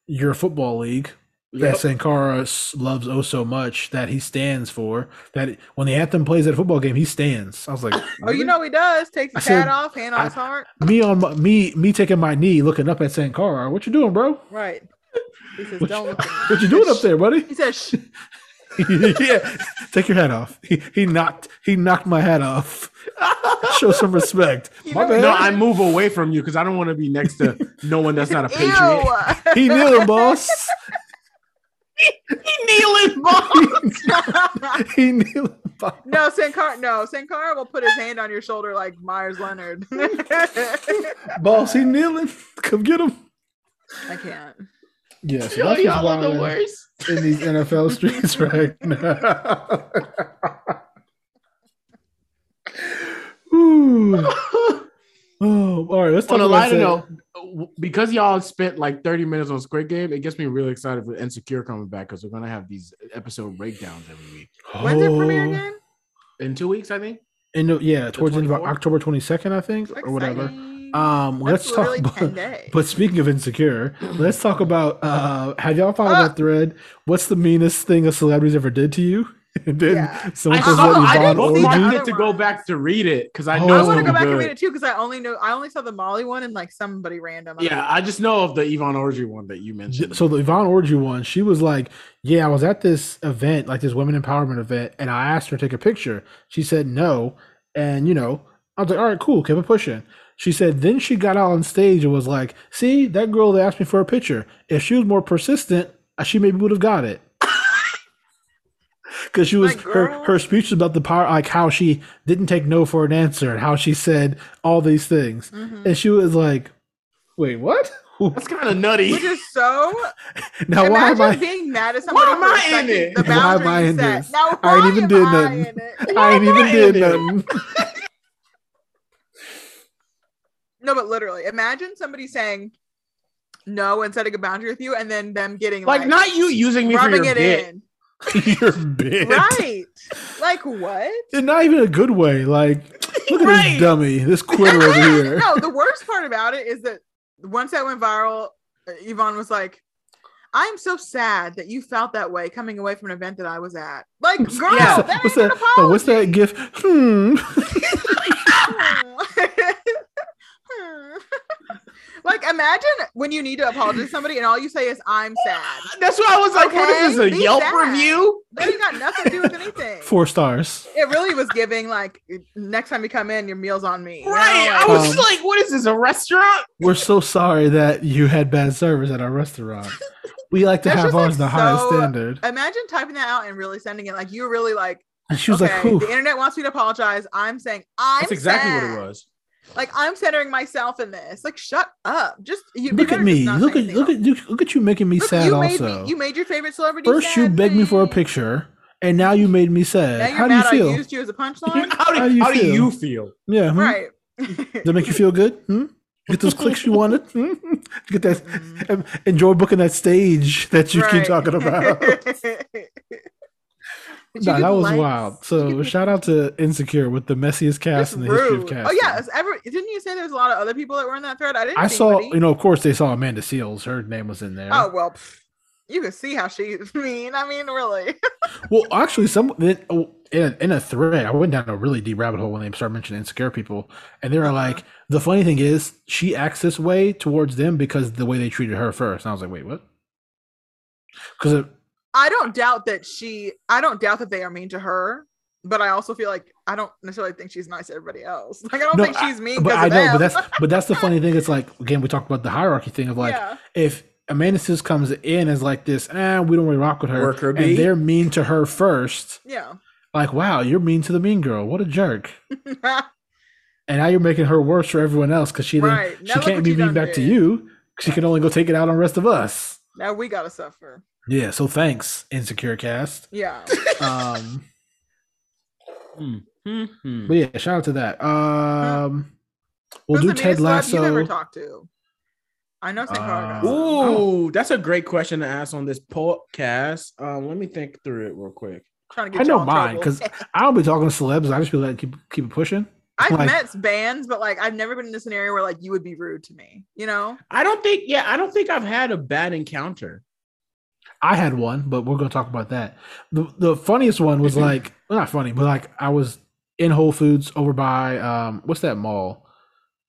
your football league that Sankara s- loves oh so much that he stands for. That when the anthem plays at a football game, he stands. I was like, Oh, you know he does. Takes I his said- hat off, hand on his heart. me on my, me me taking my knee, looking up at Sankara. What you doing, bro? Right. He says, What "Don't you, look at me." what you doing up there, buddy? He says, "Shh." yeah, take your hat off. He, he knocked he knocked my hat off. Show some respect. You My know- bad. No, I move away from you because I don't want to be next to no one that's not a patriot. Ew. he kneeling, boss. Kneeling ball. he kneeling, boss. no, Sankara. No, Sankara will put his hand on your shoulder like Myers Leonard. I Boss, he kneeling. Come get him. can't. Yes, Yo, y'all are the wildin' worst. in these NFL streets right now. Ooh. Oh, all right. Let's talk On a about lighter that. note, w- because y'all spent like 30 minutes on Squid Game, it gets me really excited for Insecure coming back because we're gonna have these episode breakdowns every week. When's it premiere Oh. again? In two weeks, I think. In the- yeah, towards the end of 24th? October twenty second, I think, or whatever. Exciting. Um, That's let's talk. literally ten About, days. but speaking of insecure, let's talk about. Uh, have y'all found Ah. that thread? What's the meanest thing a celebrity's ever did to you? and then Yeah. someone I says, saw- "What I Yvonne didn't see that. Orji?" wanted other to go ones. back to read it because I Oh. know I it's want to go gonna back be and good. read it too because I only know I only saw the Molly one and like somebody random. Yeah, I just know of the Yvonne Orgy one that you J- mentioned. So the Yvonne Orgy one, she was like, "Yeah, I was at this event, like this women empowerment event, and I asked her to take a picture. She said no, and you know, I was like, all right, cool, keep it pushing." She said then she got out on stage and was like, "See, that girl that asked me for a picture. If she was more persistent, uh, she maybe would have got it." Because she was Like, her girl. her speech was about the power, like how she didn't take no for an answer and how she said all these things, Mhm. and she was like, "Wait, what?" That's kind of nutty. Which is so. now why imagine am I? being mad at somebody. Why am for a I in second, it? The Why am boundary I you in set. this? Now, I why ain't even am doing I nothing. in it? I ain't even I did in it? nothing. No, but literally, imagine somebody saying no and setting a boundary with you, and then them getting like, like, not you using me for your rubbing it bit. in, You're bitch. right? like what? And not even a good way. Like, look at Right. this dummy, this quitter over here. no, the worst part about it is that once that went viral, uh, Yvonne was like, "I'm so sad that you felt that way coming away from an event that I was at." Like, girl, Yeah. that what's ain't that? oh, what's that an gift? Hmm. apology. like, imagine when you need to apologize to somebody and all you say is, "I'm sad." That's why I was like, what is Okay, this, a be Yelp sad. review? That ain't got nothing to do with anything. Four stars. it really was giving like next time you come in, your meal's on me. you know? Right. I Like, was Um, like, what is this, a restaurant? We're so sorry that you had bad service at our restaurant. We like to That's have just, like, ours the highest so- standard. imagine typing that out and really sending it. Like you really like And she was okay, like, "Who?" the internet wants me to apologize. I'm saying I'm That's exactly sad. what it was. Like I'm centering myself in this. Like shut up. Just you Look you at better me. just not Look say at anything look else. at you. Look at you making me Look, sad. You made also, me. You made your favorite celebrity. first you sad, begged me for a please. picture, and now you made me sad. Now you're How do you mad feel? I used you as a punchline. How, do, how, How do you do feel? you feel? yeah. hmm? right. Does that make you feel good? Hmm? Get those clicks you wanted? Hmm? Get that. em- Enjoy booking that stage that you keep Mm-hmm. Right. talking about. Did you nah, get that was likes? wild. Did you So get shout out to Insecure with the messiest cast Just in the history of rude. cast. Oh yeah, it's every, didn't you say there was a lot of other people that were in that thread? I didn't. I see saw. anybody. You know, of course, they saw Amanda Seals. Her name was in there. Oh well, pff, you can see how she's mean. I mean, really. Well, actually, some in a, in a thread, I went down a really deep rabbit hole when they started mentioning insecure people, and they were Uh-huh. like, "The funny thing is, she acts this way towards them because of the way they treated her first. And I was like, "Wait, what?" Because I don't doubt that she. I don't doubt that they are mean to her. But I also feel like I don't necessarily think she's nice to everybody else. Like I don't No, think she's mean. but because I of them. know, but that's but that's the funny thing. It's like again, we talked about the hierarchy thing of like yeah. if Amanda Seals comes in as like this, ah, we don't really rock with her, Worker and bee. they're mean to her first. Yeah. Like, wow, you're mean to the mean girl. What a jerk! And now you're making her worse for everyone else because she didn't right. she look can't what be you mean done back to did. you. She can only go take it out on the rest of us. Now we gotta suffer. Yeah. So thanks, insecure cast. Yeah. Um, Mhm. but yeah, shout out to that. Um, we'll Who's do the meanest Ted celeb You've ever Lasso. talked to. I know Uh, Sankara. does. Oh. Ooh, that's a great question to ask on this podcast. Um, let me think through it real quick. trying to I get know y'all in mine trouble. because I don't be talking to celebs. I just be like keep keep it pushing. I've Like- met bands, but like I've never been in a scenario where like you would be rude to me, you know? I don't think, yeah, I don't think I've had a bad encounter. I had one, but we're gonna talk about that. The the funniest one was like well, not funny, but like I was in Whole Foods over by um what's that mall?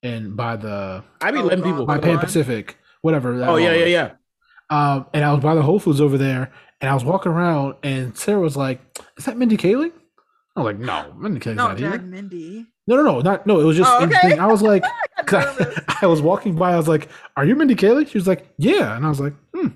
And by the I be Oh, letting God. people. by Hold Pan on. Pacific, whatever. that Oh yeah, mall yeah, is. yeah. Um, and I was by the Whole Foods over there, and I was walking around, and Sarah was like, "Is that Mindy Kaling?" I was like, "No, Mindy Kaling's No, not here." Jack Mindy. No, no, no, not no. It was just Oh, okay. interesting. I was like, I got nervous. I, was walking by. I was like, "Are you Mindy Kaling?" She was like, "Yeah," and I was like, "Hmm."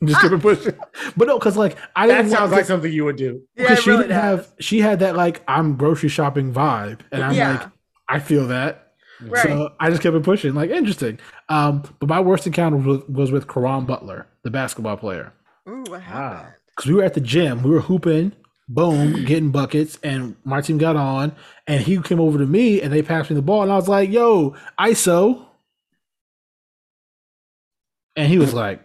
Just kept it pushing, but no, because like I That didn't. sounds want- like something you would do. Yeah, because it she really didn't have she had that like I'm grocery shopping vibe, and I'm Yeah. like I feel that, Right. so I just kept it pushing. Like interesting. Um, but my worst encounter was, was with Karan Butler, the basketball player, Ooh, "Ah." what happened? because we were at the gym, we were hooping, boom, getting buckets, and my team got on, and he came over to me, and they passed me the ball, and I was like, "Yo, ISO," and he was like,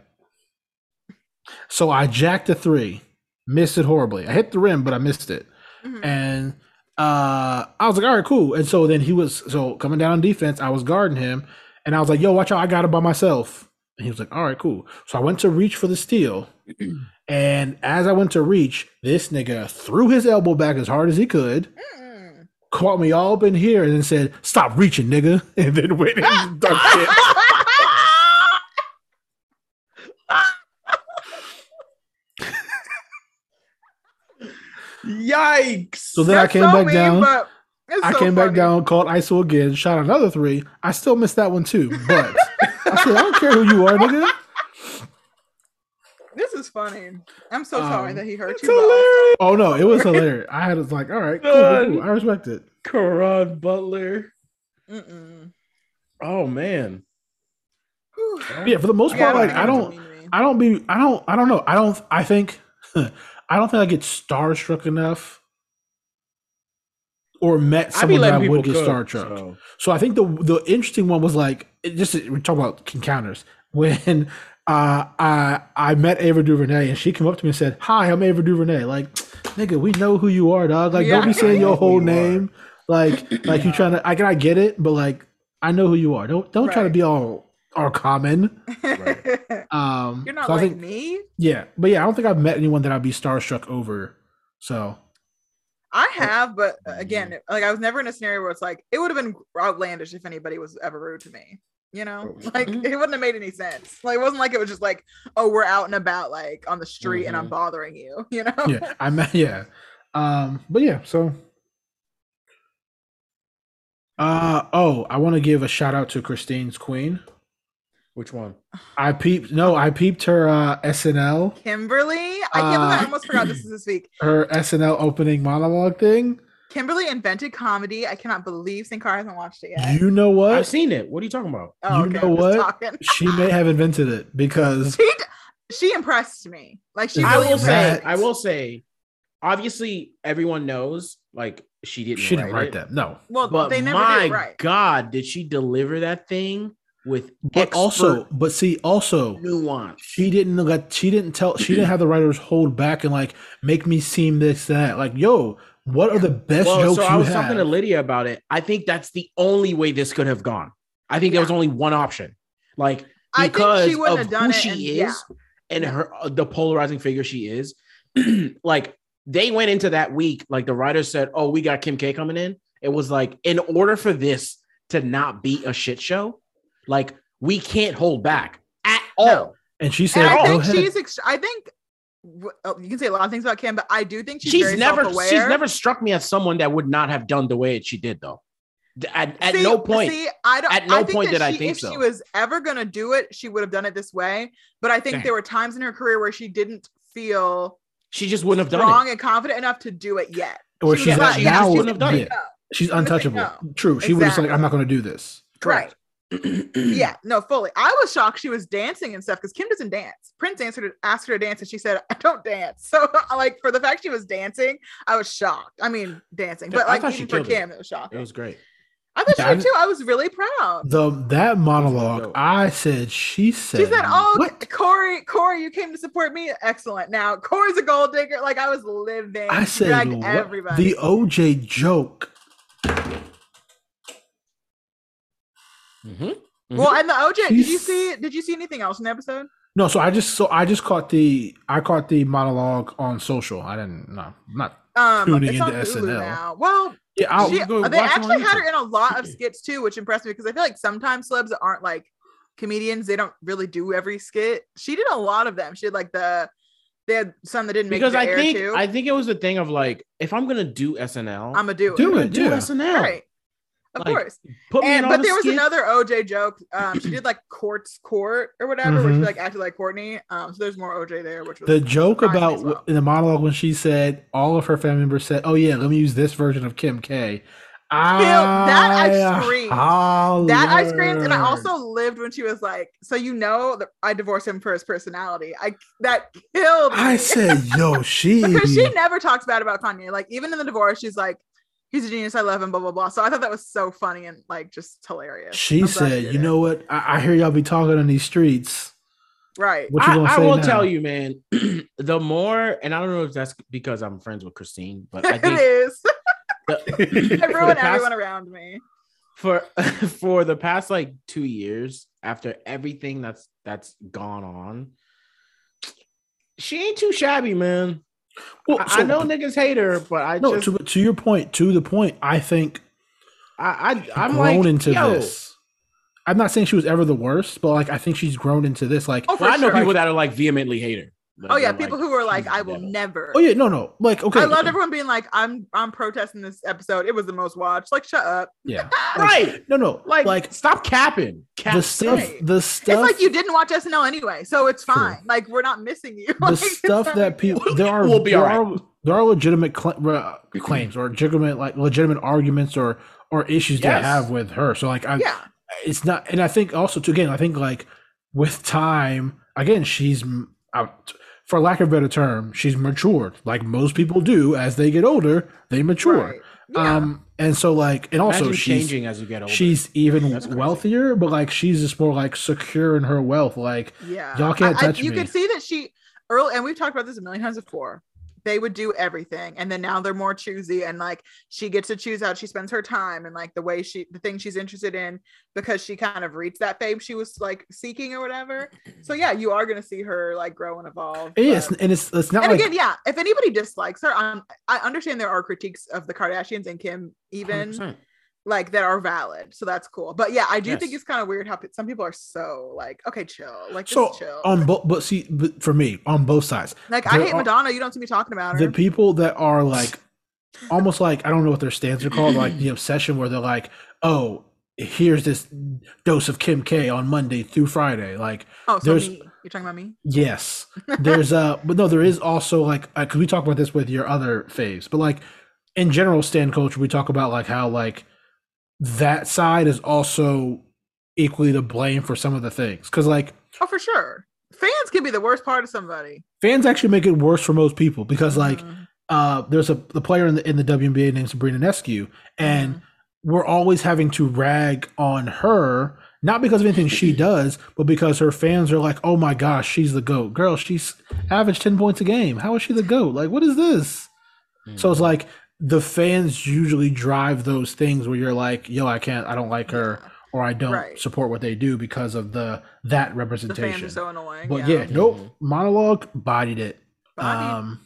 "So I jacked a three, missed it horribly. I hit the rim, but I missed it." Mhm. and uh I was like, all right, cool. And so then he was so coming down on defense, I was guarding him, and I was like, yo, watch out, I got it by myself. And he was like, all right, cool. So I went to reach for the steal, and as I went to reach, this nigga threw his elbow back as hard as he could, Mm-mm. caught me all up in here, and then said, stop reaching, nigga, and then went and dunked it. Yikes. So then I That's came so back mean, down. but it's I so came back funny. down, called ISO again, shot another three. I still missed that one too, but I said, I don't care who you are, nigga. This is funny. I'm so sorry Um, that he hurt That's you. Bob. hilarious. Oh no, it was hilarious. I had it's like, all right, cool, Good. cool, I respect it. Karan Butler. Mm-mm. Oh man. Whew. Yeah, for the most Yeah, part, like I think don't, that's what you mean. I don't be, I don't, I don't know, I don't, I think, I don't think I get starstruck enough, or met I be someone that I letting people would get cook, starstruck. So. so. I think the the interesting one was like it just we talk about encounters when. Uh, I I met Ava DuVernay and she came up to me and said, "Hi, I'm Ava DuVernay." Like, nigga, we know who you are, dog. Like, don't Yeah. be saying I know your who whole you are. name. Like, like you Yeah. trying to. I can I get it, but like, I know who you are. Don't don't try to Right. be all all common. Um, You're not so I like think, me. yeah, but yeah, I don't think I've met anyone that I'd be starstruck over. So I have, but uh, again, like I was never in a scenario where it's like it would have been outlandish if anybody was ever rude to me. You know, like it wouldn't have made any sense. Like it wasn't like it was just like, oh, we're out and about, like on the street, and I'm bothering you. You know, yeah, I met yeah, um, but yeah, so. Uh oh, I want to give a shout out to Christine's Queen. Which one? I peeped no, I peeped her uh SNL, Kimberly. I can't believe Uh, I almost forgot this is this week. her SNL opening monologue thing. Kimberly invented comedy. I cannot believe St. Car hasn't watched it yet. You know I've what? seen it. What are you talking about? oh, you okay, know I'm just what? talking. She may have invented it because She she impressed me. Like she I really will say, impressed me. I will say, obviously everyone knows like she didn't she didn't write it, that. No. Well, But they never my did right. God, did she deliver that thing with But also, but see, also nuance? she didn't let she didn't tell she didn't have the writers hold back and like make me seem this that like yo what are the best well, jokes so you I was have talking to Lydia about it. I think that's the only way this could have gone. I think there was only one option, like I because think she wouldn't of have done who it. she and- is yeah. and Yeah. her uh, the polarizing figure she is. like they went into that week, like the writers said, "Oh, we got Kim K coming in." It was like in order for this to not be a shit show, like we can't hold back at all. No. and she And said I go think ahead. she's. Ext- I think w- oh, you can say a lot of things about Kim, but I do think she's, She's, very never self-aware. she's never struck me as someone that would not have done the way she did though. D- At, at See- no point. See, I don't. at no I think point that did I she- think if so. she was ever gonna do it, she would have done it this way. But I think Damn. there were times in her career where she didn't feel she just wouldn't have done strong it. and confident enough to do it yet. or she she's was not like, yeah, now she wouldn't have done yeah, it. she's She was like, untouchable true she was just like Exactly. i'm not going to do this Correct. Right. yeah. No. Fully. I was shocked she was dancing and stuff because Kim doesn't dance. Prince answered, asked her to dance, and she said, "I don't dance." So, like, for the fact she was dancing, I was shocked. I mean, dancing, Yeah, but I like thought she even for killed it. Kim, it, was shocking. It was great. I thought she Yeah, I did didn't- too. I was really proud. the that monologue dope. i said she said She said, "Oh, what Corey, Corey, you came to support me. Excellent. Now Corey's a gold digger. Like I was living. i She said dragged what? everybody. the oj joke Mm-hmm. Mhm. Well, and the OJ. Did you He's- see? Did you see anything else in the episode? No, so I just so I just caught the I caught the monologue on social. I didn't no not Um, Tuning it's on into Hulu SNL. now. Well, yeah. I'll she, uh, go they watch it on actually had YouTube. her in a lot of skits too, which impressed me because I feel like sometimes celebs that aren't like comedians, they don't really do every skit. She did a lot of them. She did like the they had some that didn't make because the I air think too. I think it was a thing of like if I'm gonna do SNL, I'm gonna do it. Do gonna it, yeah. SNL. Right. Of Like, course. Put me in And, all but the there was skits. another OJ joke. Um, she did like courts court or whatever, where she Mhm. like acted like Courtney. Um, so there's more OJ there, which was the joke surprised me about as well. in the monologue when she said all of her family members said, "Oh yeah, let me use this version of Kim K." I that I screamed. oh, That I screamed, and I hollered. also lived when she was like, "So you know that I divorced him for his personality." I that killed me I said, "Yo, she." because she never talks bad about Kanye. Like even in the divorce, she's like, "He's a genius. I love him." Blah blah blah. So I thought that was so funny and like just hilarious. I'm She glad said, did "You it." know what? I, I hear y'all be talking on these streets. right? What you I, gonna I say will now?" tell you, man. the more, and I don't know if that's because I'm friends with Christine, but I it think is. I For ruin the past- everyone around me. for for the past like two years, after everything that's that's gone on, she ain't too shabby, man. Well, I, I so- know niggas hate her, but I No, just to, to your point, to the point. I think I, I I'm grown like into yo. this. I'm not saying she was ever the worst, but like I think she's grown into this. Like, Oh, oh, for Well, I know sure. people that are like vehemently hate her. Like, oh yeah, they're people like, who were like, she's "I the will devil." never." oh, yeah, no, no, like okay, I loved everyone being like, "I'm I'm protesting this episode. It was the most watched." Like, shut up. yeah, right. no, no, Like, like like like stop capping. Cap the stuff, right. the stuff, It's like you didn't watch SNL anyway, so it's True. fine. Like we're not missing you. the stuff that people there are We'll be there all right. are there are legitimate cla- uh, claims or legitimate like legitimate arguments or or issues they Yes. have with her. So like I, yeah, it's not and i think also too again i think like with time again she's m- out for lack of a better term she's matured like most people do as they get older they mature right. Yeah. um and so like and also Imagine she's changing as you get older. she's even That's crazy. wealthier but like she's just more like secure in her wealth like Yeah. Y'all can't I, I, touch you me. could see that she early and we've talked about this a million times before. They would do everything and then now they're more choosy and like she gets to choose how she spends her time and like the way she the thing she's interested in because she kind of reached that fame she was like seeking or whatever. So yeah, you are gonna see her like grow and evolve. and it's but- and it's it's not and like again, yeah, if anybody dislikes her, um, I understand there are critiques of the Kardashians and Kim even 100%. like that are valid. So that's cool. But yeah, I do think Yes. it's kind of weird how pe- some people are so like, okay, chill. Like just so chill. on both but see but for me on both sides Like I There hate are- Madonna. You don't see me talking about her. the people that are like almost like I don't know what their stands are called, like the obsession where they're like, oh, here's this dose of Kim K on Monday through Friday. Like, oh, so there's- me. You're talking about me? yes, there's a, but no, there is also like, because we talk about this with your other faves, but like in general stand culture, we talk about like how like that side is also equally to blame for some of the things. Cause like Oh, for sure. Fans can be the worst part of somebody. fans actually make it worse for most people because like, Mhm. uh, there's a the player in the in the WNBA named Sabrina Nescu, and Mhm. we're always having to rag on her, not because of anything she does, but because her fans are like, "Oh my gosh, she's the goat, girl. She's averaged ten points a game. How is she the goat? Like, what is this?" So Mm-hmm. it's like the fans usually drive those things where you're like, "Yo, I can't, I don't like her, or I don't Right. support what they do because of the the that fans representation." are so annoying. but yeah, yeah. nope, Mhm. monologue bodied it. Bobby- Um,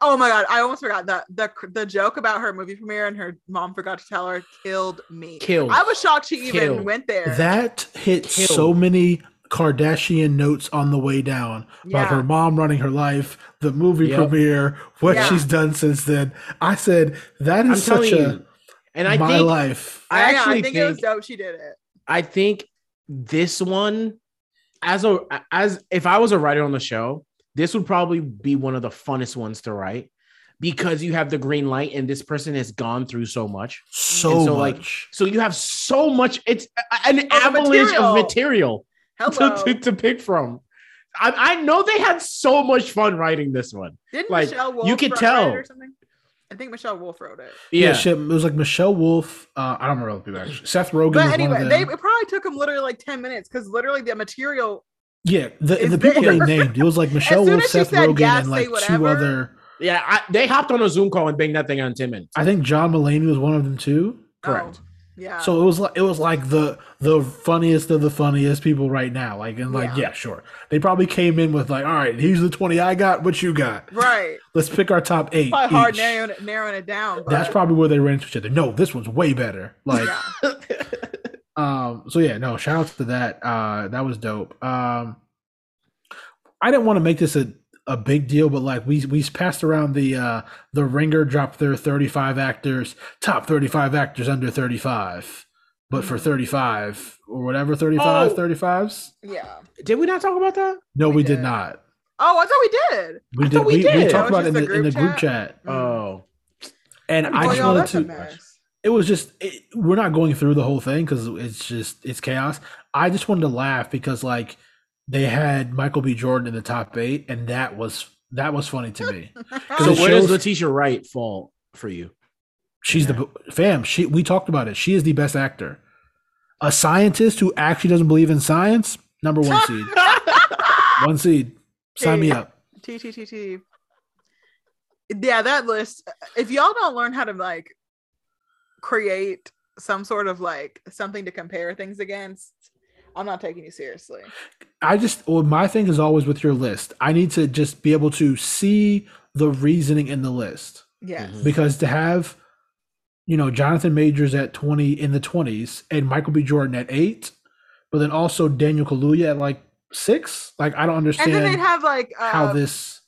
oh my god, I almost forgot that the the joke about her movie premiere and her mom forgot to tell her killed me. Killed. I was shocked she even Killed. went there. That hit Killed. so many Kardashian notes on the way down Yeah. about her mom running her life, the movie Yep. premiere, what Yeah. she's done since then. I said that I'm is telling such a you. And I my think life. I Yeah, actually I think, it was dope she did it. I think this one, as a as if I was a writer on the show, this would probably be one of the funnest ones to write because you have the green light and this person has gone through so much. So, and so, like, much. So you have so much. It's a- an Oh, the avalanche of material Hello. to, to, to pick from. I, I know they had so much fun writing this one. Didn't like, Michelle you Wolf could write it tell. or something? I think Michelle Wolf wrote it. yeah. shit. It was like Michelle Wolf. Uh, I don't remember other people actually. Seth Rogen. But was one anyway, of they them. it probably took them literally like 10 minutes because literally the material oh, yeah, the, is the people there. they named. It was like Michelle soon Wolf, as she Seth said, Rogen, "Yeah, and say like two whatever," other. Yeah, I, they hopped on a Zoom call and banged that thing out in 10 minutes. I think John Mulaney was one of them too. oh, Correct. Yeah. So it was like it was like the the funniest of the funniest people right now. Like and like yeah, Yeah. sure. They probably came in with like, all right, here's the twenty I got. What you got? right. Let's pick our top eight. Probably hard e-, each. narrowing it, narrowing it down. But, That's probably where they ran into each other. No, this one's way better. Like yeah. um. So yeah, no. Shout outs to that. Uh, that was dope. Um, I didn't want to make this a a big deal, but like we we passed around the uh the Ringer dropped their thirty five actors top thirty five actors under thirty five, but for thirty five or whatever 35, Oh. 35s. Yeah. Did we not talk about that? No, we, We did did. not. Oh, I thought we did. We I did. thought we We, we did. talked That about was it in the, just the in the group group chat, Oh, and Boy, Uh, I Mm-hmm. just Oh, y'all, wanted that's a to. mess. it was just it, we're not going through the whole thing because it's just it's chaos i just wanted to laugh because like they had michael b jordan in the top eight and that was that was funny to me so it where does shows- Letitia Wright fall for you? she's the fam she we talked about it she is the best actor a scientist who actually doesn't believe in science number one seed one seed sign me up T T T T. Yeah, that list. If y'all don't learn how to like create some sort of like something to compare things against, I'm not taking you seriously. I just well, my thing is always with your list. I need to just be able to see the reasoning in the list Yes. Mhm. because to have, you know, Jonathan Majors at twenty in the twenties and Michael B. Jordan at eight, but then also Daniel Kaluuya at like six. Like I don't And understand then they'd have like uh, how this.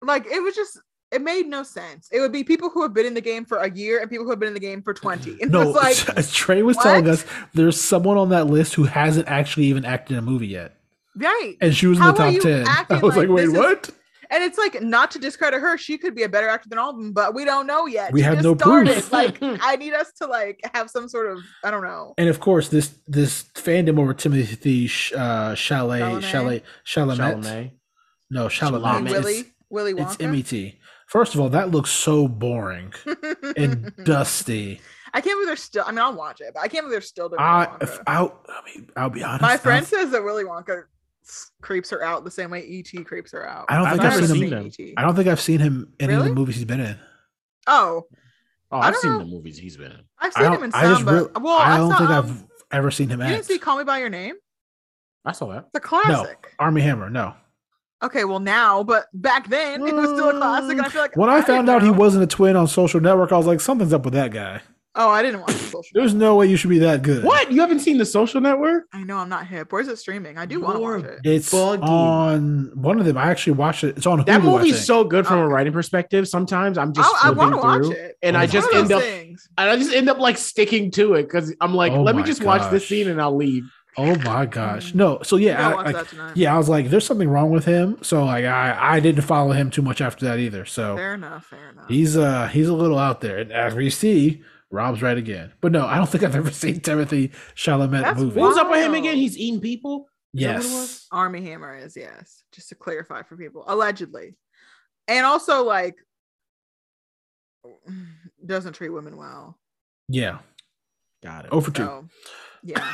like it was just it made no sense. It would be people who have been in the game for a year and people who have been in the game for 20. And No, it's like Trey was telling what? us there's someone on that list who hasn't actually even acted in a movie yet, right. and she was in How the are top you ten. I acting was like, like wait, this is- what? And it's like not to discredit her, she could be a better actor than all of them, but we don't know yet. We She have just no proof. started. Like I need us to like have some sort of I don't know. and of course this this fandom over Timothy Sh- uh, Chalet Chalamet? Chalet Chalamet, Chalamet. no Hey, Chalamet Chalamet. Willy It's- Willy it's, Wonka. MET. First of all, that looks so boring and dusty. I can't believe they're still. I mean, I'll watch it, but I can't believe they're still doing I Willy if Wonka. I, I mean I'll be honest. My friend I've- says that Willy Wonka s- creeps her out the same way ET creeps her out. I don't think I've I've never seen seen E them. E.T.. I don't think I've seen him in any of Really? the movies he's been in. Oh, Oh, I I've don't seen know. the movies he's been in. I've I seen don't- him in I just some, but real- well, I I, don't saw, think um, I've ever seen him You didn't act. see Call Me by Your Name? I saw that. It's a classic. Army Hammer, no. Okay, well now, but back then it was still a classic, and I feel like When I didn't found out he know. wasn't a twin on social network, I was like, something's up with that guy. Oh, I didn't watch social. There's no way you should be that good. What? You haven't seen The Social Network? I know I'm not hip. Where's it streaming? I do want to You're watch it. It's Bugging. on one of them. I actually watched it. It's on Hulu. That I movie's think. so good from a Okay. writing perspective. Sometimes I'm just I, I flipping want to watch through, it. and Oh I my It's one just of end those up, things. and I just end up like sticking to it because I'm like, Oh let me my just watch this gosh. scene and I'll leave. Oh my gosh. No. So yeah, I'll I, watch like- that tonight. yeah, I was like, there's something wrong with him. So like, I I didn't follow him too much after that either. So Fair enough. Fair enough. he's uh he's a little out there. And as we see, Rob's right again. But no, I don't think I've ever seen Timothy Chalamet That's movie. wild. What's up with him Wow. again? He's eating people. that what it Yes. was? Army Hammer is yes. Just to clarify for people, allegedly, and also like doesn't treat women well. Yeah. Got it. Over two. So yeah,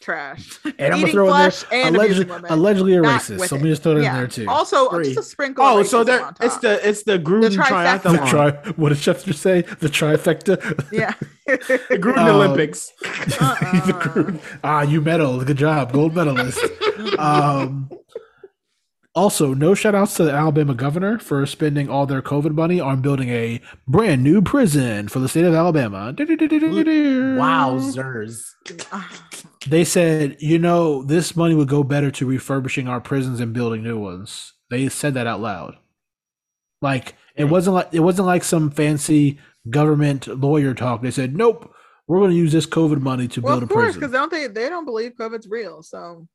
trash. and I'm gonna Eating throw in there flesh and allegedly, abusing women. allegedly a Not racist. with So let it. me just throw it in yeah. there too. Also, Three. just a sprinkle. Oh, of so racism there on it's top. the it's the Gruden trifecta. the triathlon, tri what did Chester say? The trifecta. yeah. the Gruden Uh, Olympics. The Uh-uh. Gruden- Ah, you medal. Good job. Gold medalist. um, also, no shout outs to the Alabama governor for spending all their COVID money on building a brand new prison for the state of Alabama. Wowzers! They said, you know, this money would go better to refurbishing our prisons and building new ones. They said that out loud. Like it Dang. wasn't like it wasn't like some fancy government lawyer talk. They said, nope, we're going to use this COVID money to well, build of a course, prison. because don't they? They don't believe COVID's real. So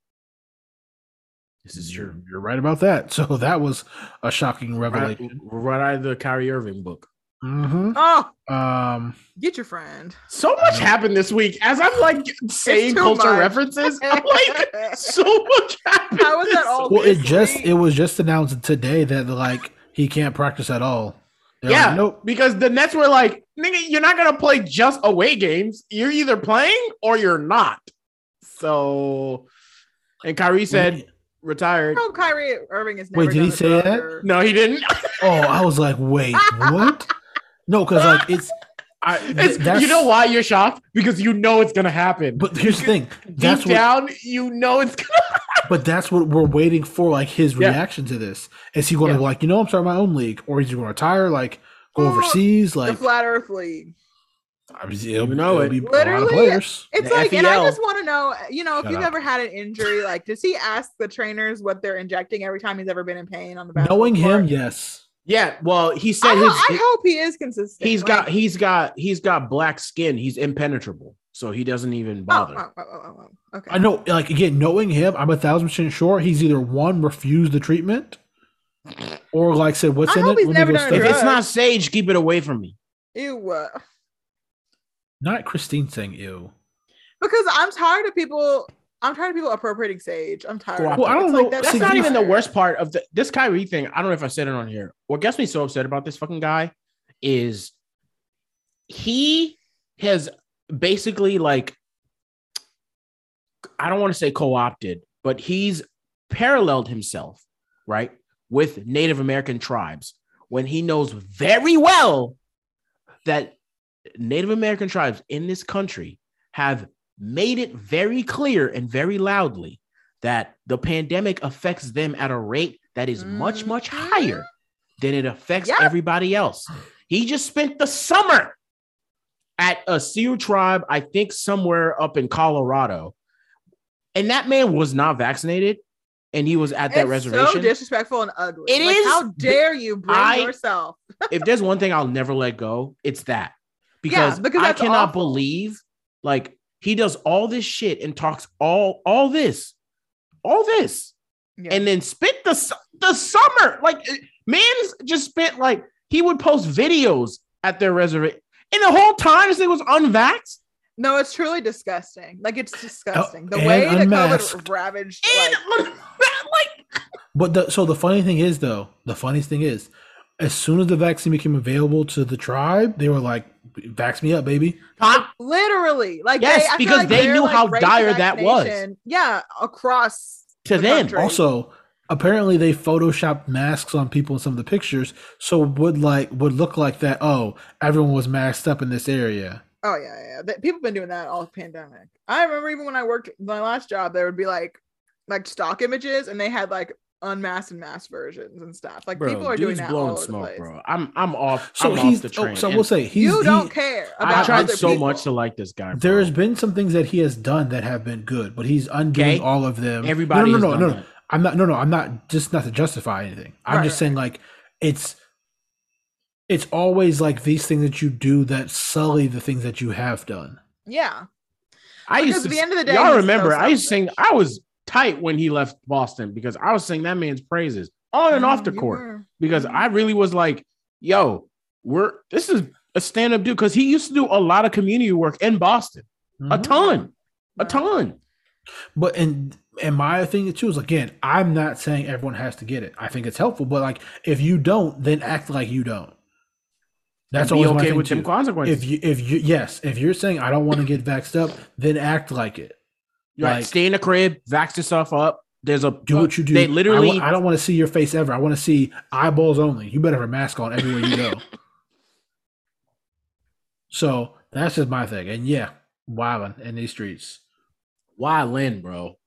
This is true. You're right about that. So that was a shocking Right, revelation. right out of the Kyrie Irving book. Mhm. oh, Um, get your friend. So much happened this week. As I'm like saying too culture much. references, I'm like, so much happened. How was that this all- well, it Obviously. just it was just announced today that like he can't practice at all. They're Yeah, like, nope. because the Nets were like, nigga, you're not gonna play just away games. You're either playing or you're not. So, and Kyrie said retired. I hope Oh, Kyrie Irving is never. Wait, did done he a say drug that? or- No, he didn't. Oh, I was like, wait, what? No, because like it's I, It's, that's- you know why you're shocked because you know it's gonna happen. But here's the thing. That's deep what, down, you know it's gonna. but that's what we're waiting for. Like his Yeah. reaction to this. Is he going to Yeah. be like, you know, I'm starting my own league, or is he going to retire? Like go Oh, overseas? Like the Flat Earth League. I mean, it'll, You know it'll it. be a lot of Literally, players. It's The like, and I FEL. just want to know, you know, if E Shut you've up. ever had an injury, like, does he ask the trainers what they're injecting every time he's ever been in pain on the basketball Knowing him, court? yes. Yeah. Well, he I, said ho- his. I hope he is consistent. he's Like, got he's got he's got black skin. He's impenetrable, so he doesn't even oh, bother. oh, oh, oh, oh, okay. I know. Like again, knowing him, I'm a thousand percent sure he's either one refused the treatment, or like said, "What's I in hope it?" he's never go done a study If it." it's not sage, keep it away from me. Ew. uh, Not Christine saying ew. Because I'm tired of people. I'm tired of people appropriating sage. I'm tired. Well, of it. I don't It's know- Like, That's See, not he's- even the worst part of the, this Kyrie thing. I don't know if I said it on here. What gets me so upset about this fucking guy is he has basically like I don't want to say co-opted, but he's paralleled himself, right, with Native American tribes when he knows very well that Native American tribes in this country have made it very clear and very loudly that the pandemic affects them at a rate that is much, much higher than it affects Yep. everybody else. He just spent the summer at a Sioux tribe, I think somewhere up in Colorado. And that man was not vaccinated and he was at that it's so reservation. disrespectful and ugly. It It is. is, How but dare you bring I- yourself? if there's one thing I'll never let go, it's that. Yeah, Because, because I that's cannot awful. believe like he does all this shit and talks all all this, all this, Yeah. and then spent the su- the summer like eh, man's just spent like he would post videos at their reservation. And the whole time this thing was unvaxxed No, it's truly disgusting. Like it's disgusting. the Oh, and way the unmasked. COVID ravaged. and Like, like, But the, so the funny thing is, though, the funniest thing is, as soon as the vaccine became available to the tribe, they were like, "Vax me up, baby." huh? literally, like Yes, they, I feel because like they their, knew like, how rate dire that was. vaccination- Yeah, across. to The them. country. Right. Also, apparently they photoshopped masks on people in some of the pictures, so it would like would look like that. Oh, everyone was masked up in this area. Oh yeah, yeah, yeah. That- People have been doing that all pandemic. I remember even when I worked my last job, there would be like, like stock images, and they had like unmasked and masked versions and stuff. Like people are doing dude's that all blowing over the smoke, place. bro. I'm I'm off. So I'm he's off the oh, train. so And we'll say he's you he- don't care. About I tried other so people. much to like this guy. Bro. There's been some things that he has done that have been good, but he's undoing Okay. all of them. everybody. no, has no, no, done no, no. that. I'm not. No, no. I'm not. Just not to justify anything. I'm Right, just saying like it's. It's always like these things that you do that sully the things that you have done. Yeah, I Because used to, at the end of the day, y'all he's remember so I used to sing. selfish. I was tight when he left Boston because I was singing that man's praises on and off the Mm, Oh, You court were. because I really was like, "Yo, we're this is a stand up dude." Because he used to do a lot of community work in Boston, a Mhm. ton, a Mm-hmm. Right. ton. But and and my thing too is again, I'm not saying everyone has to get it. I think it's helpful, but like if you don't, then act like you don't. That's And always be my okay thing with too. them consequences. If you if you yes, if you're saying I don't want to get vaxxed up, then act like it. right, like- stay in the crib, vax yourself up. There's a Do what you do. They I, literally wa- I don't want to see your face ever. I want to see eyeballs only. You better have a mask on everywhere you go. so that's just my thing. And yeah, wilding in these streets. why Lynn, bro.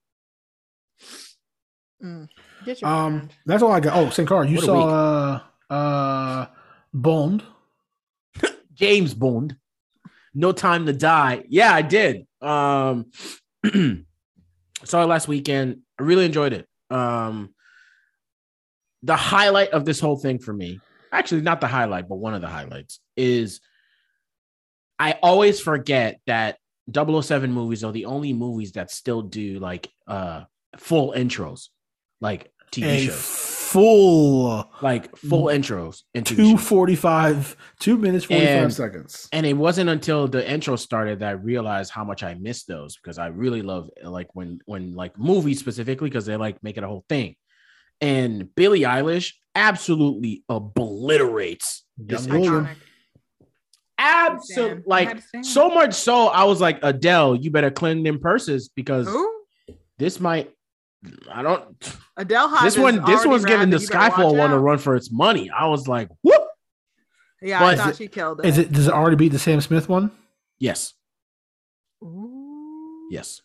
Mm. Get your Um, friend. that's all I got. Oh, St. Car, you What a saw uh uh Bond. James Bond, No Time to Die. Yeah, I did. Um, saw it last weekend. I really enjoyed it. Um, the highlight of this whole thing for me, actually, not the highlight, but one of the highlights is I always forget that 007 movies are the only movies that still do like uh full intros, like TV a shows, full like full intros and TV two shows. forty five, two minutes forty five And- seconds. and it wasn't until the intro started that I realized how much I missed those because I really love like when when like movies specifically because they like make it a whole thing. And Billie Eilish absolutely obliterates this Young intro. William. Iconic. Absolutely, Stan. I like had Stan. so much so I was like Adele, you better clean them purses because Who? this might. I don't. Adele. Hodges this one. This already one's giving the ratted. You better watch Skyfall one a out. run for its money. I was like, whoop. Yeah, Well, I is thought it- she killed it. Is it does it already beat the Sam Smith one? Yes. Ooh. Yes.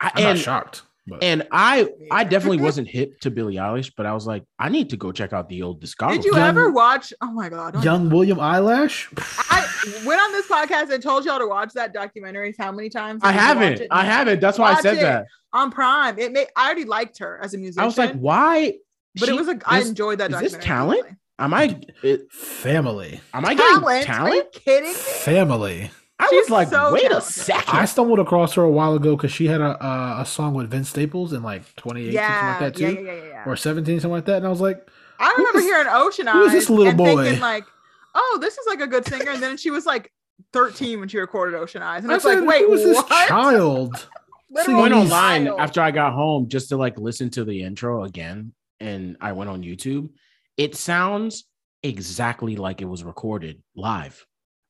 I, I'm and not shocked. But and I I definitely wasn't hip to Billie Eilish, but I was like, I need to go check out the old discography. Did you Young- ever watch? Oh my god! don't- Young William Eyelash? I went on this podcast and told y'all to watch that documentary. How many times? I and you watch haven't. it I now. haven't. That's why I Watch said it. that. on Prime. It made. I already liked her as a musician. I was like, why? but it she- was like I this- enjoyed that. is this documentary talent? actually. Am I? it- Family. am I getting Talent? talent? Are you kidding me? Family. I She's was like, so wait a talented. second. I stumbled across her a while ago because she had a, a a song with Vince Staples in like 2018 Yeah, something like that yeah, too, yeah, yeah, yeah, yeah. or 17 something like that, and I was like, I who remember is- hearing Ocean Eyes who is this little and boy? thinking like, oh, this is like a good singer. And then she was like 13 when she recorded Ocean Eyes, and I it's like, said, wait, who is this what? child? Literal I went Please. online child. after I got home just to like listen to the intro again, and I went on YouTube. It sounds exactly like it was recorded live.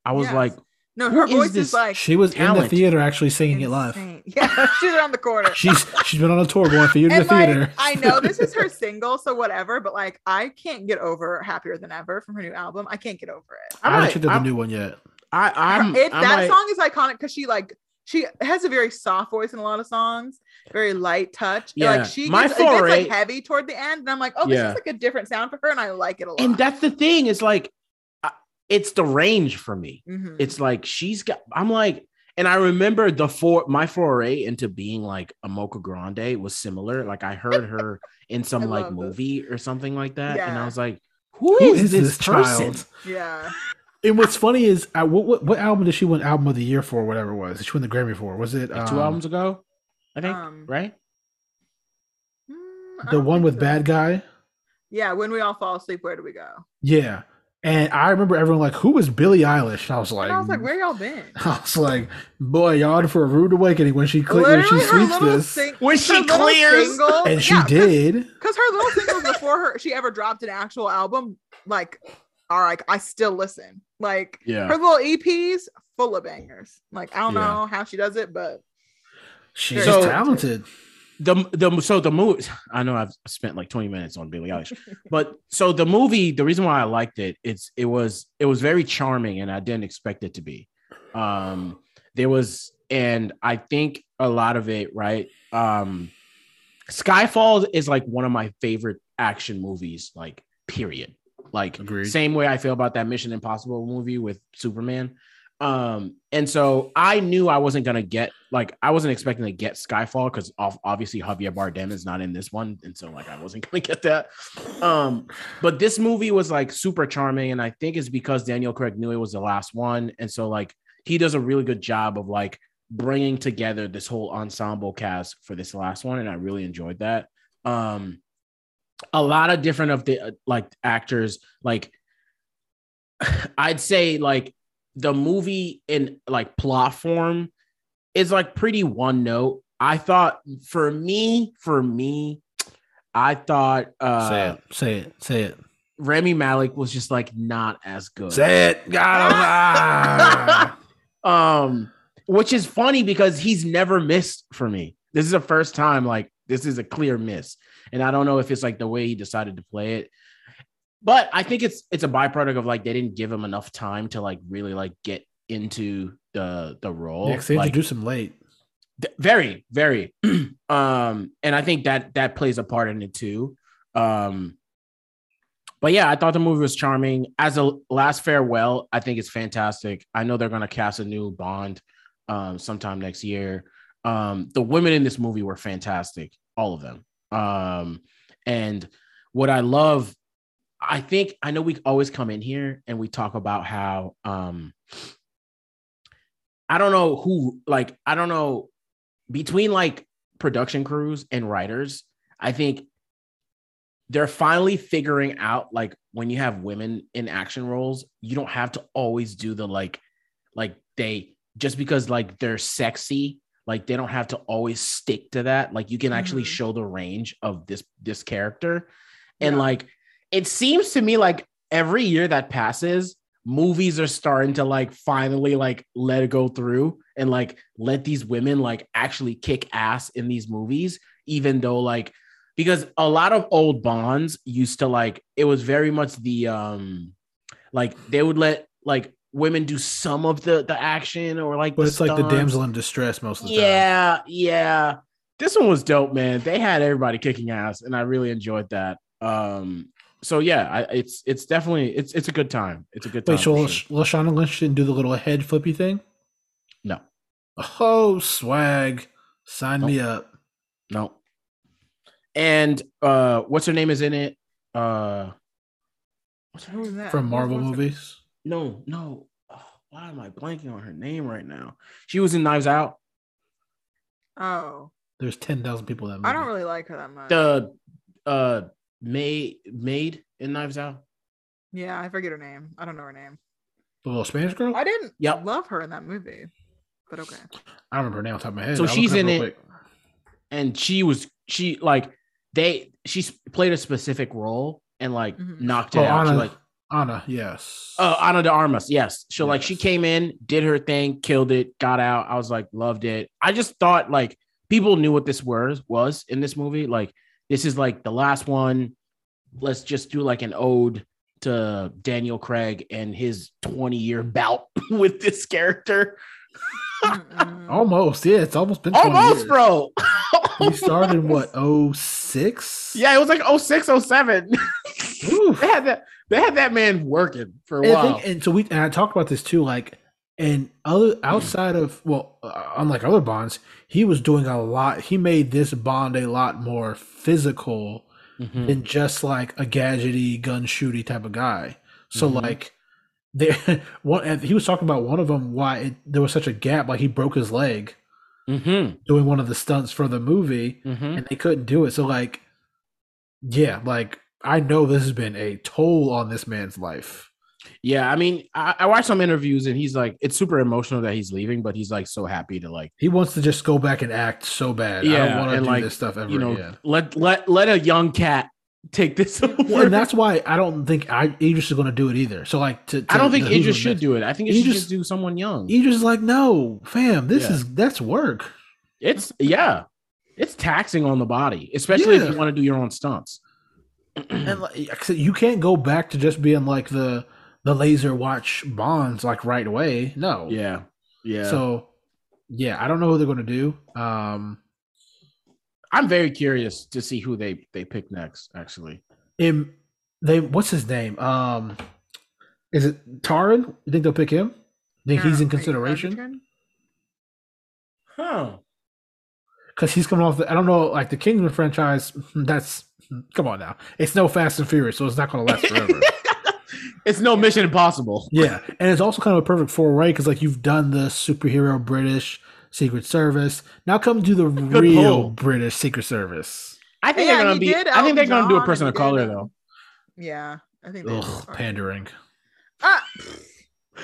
I was Yes. like, No, who her is voice is, this like She was in the talent. theater actually singing it live. insane. Yeah, she's around the corner. She's she's been on a tour going for you to the and like, theater. I know this is her single, so whatever. But like, I can't get over "Happier Than Ever" from her new album. I can't get over it. I I haven't might- checked out I'm- the new one yet. I, I'm, it I that might- song is iconic because she like she has a very soft voice in a lot of songs, very light touch. And, Yeah. like she My gets, it gets foray- like heavy toward the end, and I'm like, oh, Yeah. this is like a different sound for her, and I like it a lot. and that's the thing. It's like, I- it's the range for me. Mhm. it's like she's got i'm like and i remember the for my foray into being like a mocha grande was similar like i heard her in I some like love this. movie or something like that and Yeah. i was like who Who is, is this, this person child? yeah, And what's funny is, I, what, what what album did she win album of the year for? Whatever it was, did she win the Grammy for? Was it Like, two um, albums ago i think um, right mm, I um, The don't one think with so. Bad Guy. Yeah, when we all fall asleep, where do we go? Yeah, and I remember everyone like, who was Billie Eilish? And I was like, And I was like, where y'all been? I was like, boy, y'all in for a rude awakening when she cle- when she Literally, her sweeps little this, sing- when her little single- and she yeah, 'cause- did. Because her little singles before her she ever dropped an actual album, like, all right, I still listen. Like yeah her little EPs full of bangers. Like I don't Yeah. know how she does it, but She's So- talented. the the so the movie I know I've spent like 20 minutes on Billie Eilish, but so the movie the reason why I liked it it's it was it was very charming and I didn't expect it to be. Um, there was and I think a lot of it right. Um, Skyfall is like one of my favorite action movies, like period. Like Agreed. same way I feel about that Mission Impossible movie with Superman. Um, and so I knew I wasn't gonna get like I wasn't expecting to get Skyfall because obviously Javier Bardem is not in this one, and so like I wasn't gonna get that. Um, but this movie was like super charming, and I think it's because Daniel Craig knew it was the last one, and so like he does a really good job of like bringing together this whole ensemble cast for this last one, and I really enjoyed that. Um, a lot of different of the uh, like actors, like I'd say like the movie in like plot form is like pretty one note. I thought for me, for me, I thought uh say it. Say it. Say it. Remy Malik was just like not as good. Say it. God, oh, ah. Um, which is funny because he's never missed for me. This is the first time, like, this is a clear miss. And I don't know if it's like the way he decided to play it. But I think it's it's a byproduct of like they didn't give him enough time to like really like get into the the role. Yeah, 'cause they Like, introduced him late. th- very very um and i think that that plays a part in it too um but yeah i thought the movie was charming as a last farewell i think it's fantastic i know they're going to cast a new bond um sometime next year um the women in this movie were fantastic all of them um and what i love i think i know we always come in here and we talk about how um I don't know who like I don't know between like production crews and writers, I think they're finally figuring out like when you have women in action roles, you don't have to always do the like like they just because like they're sexy, like they don't have to always stick to that. Like you can actually Mm-hmm. Mhm. show the range of this this character. And Yeah. like it seems to me like every year that passes, movies are starting to like finally like let it go through and like let these women like actually kick ass in these movies even though like because a lot of old bonds used to like it was very much the um Like they would let like women do some of the the action or like. But it's like the stunts. damsel in distress most of the time. Yeah, yeah. This one was dope, man. They had everybody kicking ass, and I really enjoyed that. Um, so yeah, I, it's it's definitely it's it's a good time. It's a good time. Wait, so for La- sure. Lashana Lynch didn't do the little head flippy thing? No. Oh, swag. Sign me up. No. And uh what's her name is in it? Uh what's her Who is that? From Who's- Marvel who's- movies. no, no. Oh, why am I blanking on her name right now? She was in Knives Out. Oh, There's 10,000 people in that movie. I don't really like her that much. The uh maid maid in Knives Out. Yeah, I forget her name. I don't know her name. The little Spanish girl? I, I didn't Yep. love her in that movie, but okay. don't remember her name off the top of my head. So I'll look she's it in up real it. And she was she like they she s- played a specific role and like Mhm. knocked it Oh, out. She, Anna. like Anna, yes. Oh, Ana de Armas. Yes. So like she Yes. came in, did her thing, killed it, got out. I was like, loved it. I just thought like people knew what this was was in this movie. Like this is like the last one. Let's just do like an ode to Daniel Craig and his 20 year Mm-hmm. bout with this character. Mm-mm. Almost, yeah. It's almost been 20 Almost, years. bro. We started in what, 06? Yeah, it was like 06, 07. Oof. they had that they had that man working for a And, I while. think- and so we and I talked about this too, like and other outside of well, uh, unlike other bonds, he was doing a lot. He made this bond a lot more physical Mhm. than just like a gadgety gun shooty type of guy. So Mhm. like there one and he was talking about one of them why it, there was such a gap like he broke his leg Mhm. doing one of the stunts for the movie Mhm. and they couldn't do it. So like yeah, like I know this has been a toll on this man's life. Yeah, I mean, I, I watched some interviews and he's like, it's super emotional that he's leaving, but he's like so happy to like, He wants to just go back and act so bad. I Yeah, don't want to and do like, this stuff ever you know, again. let let let a young cat take this Well, over. and that's why I don't think I, Idris is going to do it either. So like, to, I don't think Idris Idris should do it. I think it should Idris- just do someone young. Idris is like, no, fam, this Yeah. is that's work. It's yeah, it's taxing on the body, especially if Yeah. you want to do your own stunts. Hmm. and like, like I said, you can't go back to just being like the the laser watch bonds like right away. No, Yeah, yeah. So So yeah, I don't know who they're going to do. Um, I'm very curious to see who they they pick next. Actually, him, they what's his name? Um, is it Taran? You think they'll pick him? Think he's in Wait, consideration? Edgerton? huh? because he's coming off. The, I don't know, like the Kingsman franchise. hmm, That's come on now. It's no Fast and Furious, so it's not going to last forever. It's no Mission Impossible. yeah, and it's also kind of a perfect foray because like you've done the superhero British Secret Service. Now come do the pull. real British Secret Service. I think Yeah, they're gonna he be. did I think they're Elton gonna do John a person of and he color did- though. Yeah, I think. they Ugh, just are. pandering. Ah,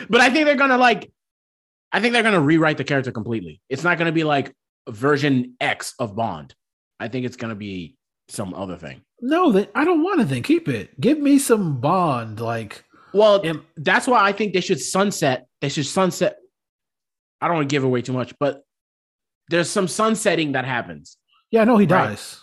But I think they're gonna like, I think they're gonna rewrite the character completely. It's not gonna be like version X of Bond. I think it's gonna be some other thing. No, they, I don't want to think. Keep it. Give me some Bond. Like Well, Am- that's why I think they should sunset. They should sunset. I don't want to give away too much, but there's some sunsetting that happens. yeah, I know he Right. dies.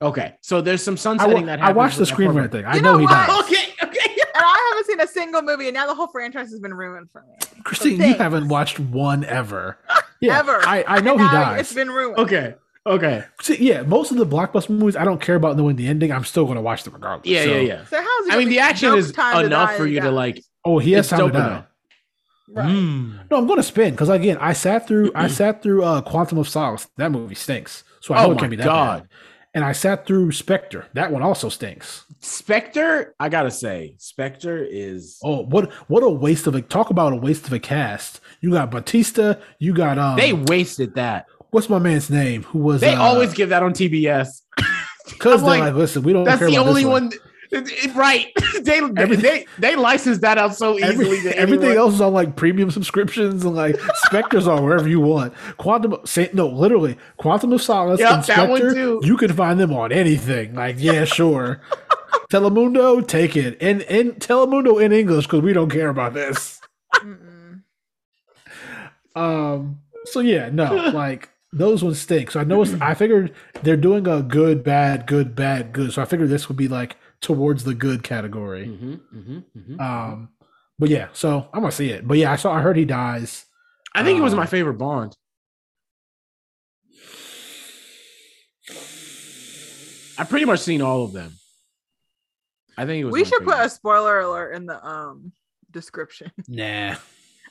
Okay, so there's some I, sunsetting wa- that I happens. watched the with that screen program. rant thing. I You know, know he what? dies. Okay, okay. and I haven't seen a single movie, and now the whole franchise has been ruined for me. Christine, you Thanks. haven't watched one ever. Yeah, Ever. I, I know he Now dies. It's been ruined. Okay, okay. See, yeah, most of the blockbuster movies, I don't care about knowing the ending. I'm still going to watch them regardless. Yeah, So- yeah, yeah. So how's it? I mean, gonna the be action joke is time to enough die for and you to die? like. Oh, he has It's time to dope die. enough. Right. Mm. No, I'm going to spin because again, I sat through, I sat through uh, Quantum of Solace. That movie stinks. So I know Oh it my can't be that god. bad. And I sat through Spectre. That one also stinks. Spectre, I gotta say, Spectre is Oh, what what a waste of a talk about a waste of a cast. You got Batista. You got um. they wasted that. what's my man's name? Who was They uh, always give that on TBS. I'm because they're like, like, listen, we don't. That's care the about this only one. it- it- right? they, Every- they they license that out so easily. Every- to everything anyone. else is on like premium subscriptions and like Spectres on wherever you want. Quantum, say, no, literally, Quantum of Solace Yep, and that one Spectre. too. You can find them on anything. Like, yeah, sure. Telemundo, take it, and and Telemundo in English because we don't care about this. Mm-mm. Um. So yeah, no, like those ones stink. So I know it's, I figured they're doing a good, bad, good, bad, good. So I figured this would be like towards the good category. Mhm, mhm, mhm. Um, But yeah, so I'm gonna see it. But yeah, I saw. I heard he dies. I think it was Um, my favorite Bond. I've pretty much seen all of them. I think it was. We my should put favorite. a spoiler alert in the um description. Nah.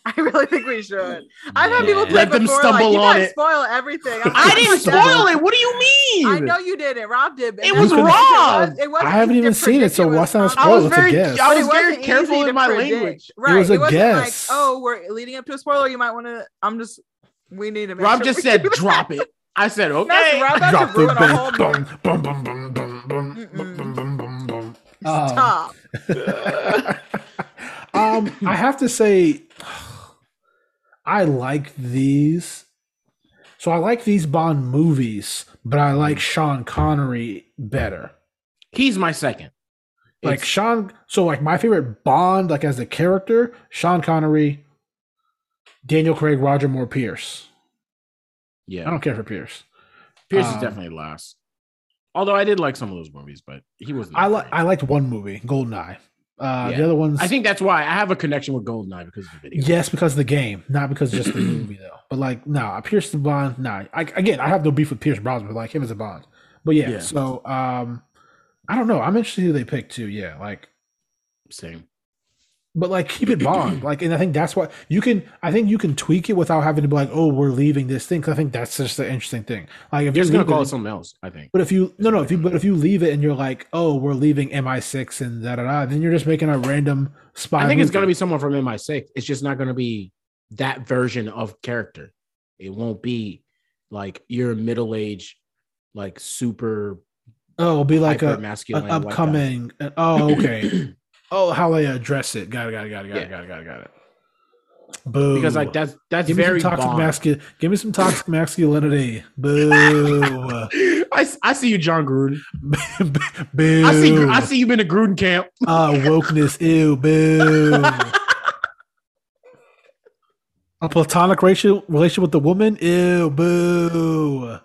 I really think we should. I've had people Yeah. play Let them before, stumble like, you on guys it." spoil everything. I'm I like, didn't "No, spoil it. What do you mean? I know you did it. Rob did. and It that's was what it wrong. It wasn't I haven't even different seen it, if so what's not a wrong. spoiler? I was it's a very. guess. I It was very wasn't careful easy to in my predict. language. Right. was a wasn't guess. Like, oh, we're leading up to a spoiler. You might want to. I'm just. We need to. Make Rob sure just we said, do that." "Drop it." I said, That's "Okay." Rob about Drop to ruin it, a whole bam, boom, bum, bum, bum, bum, bum, "Mm, bum, Mm-mm. bum, bum, bum, bum. Um, top. um, I have to say, I like these. So I like these Bond movies, but I like Sean Connery better. He's my second. Like It's- Sean, so like my favorite Bond, like as a character, Sean Connery, Daniel Craig, Roger Moore, Pierce. I yeah, don't care for Pierce. Pierce is um, definitely last. Although I did like some of those movies, but he wasn't. I that like great. I liked one movie, Goldeneye. Uh, Yeah. The other ones, I think that's why I have a connection with Goldeneye because of the video. Yes, because of the game, not because just the movie though. But like, no, nah, Pierce the Bond. Nah, I, again, I have no beef with Pierce Brosnan, but like him as a Bond. But yeah, Yeah. so um, I don't know. I'm interested who they pick too. Yeah, like, Same. but like keep it Bond. Like, and I think that's what you can. I think you can tweak it without having to be like, oh, we're leaving this thing. 'cause I think that's just the interesting thing. Like, if You're you're just gonna leaving- call it something else, I think. But if you no no if you but if you leave it and you're like, oh, we're leaving MI6 and da da da, then you're just making a random spy. I think it's movie. gonna be someone from MI6. It's just not gonna be that version of character. It won't be like your middle aged, like super oh, it'll be like like a hyper masculine an upcoming. oh, okay. Oh, how they address it. Got it, got it, got it, got Yeah. it, got it, got it, got it. Boo. because like that's that's Give me very some toxic Bond. mascu- Give me some toxic masculinity. Boo. I, s- I see you, John Gruden. boo. I see Gru- I see you been to Gruden camp. Uh, wokeness. Ew. Boo. A platonic racial relation with a woman. Ew. Boo.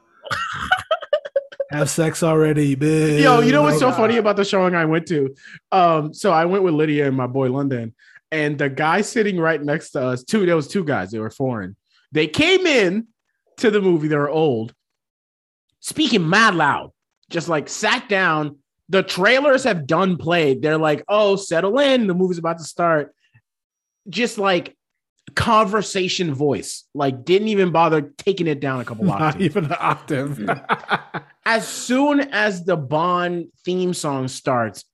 Have sex already. Boo. Yo, you know what's so God. funny about the showing I went to? Um, so I went with Lydia and my boy London, and the guy sitting right next to us, two, there was two guys, they were foreign. They came in to the movie, they were old, speaking mad loud, just like sat down. The trailers have done played. They're like, oh, settle in. The movie's about to start. Just like conversation voice, like didn't even bother taking it down a couple octaves Not even an octave. as soon as the Bond theme song starts,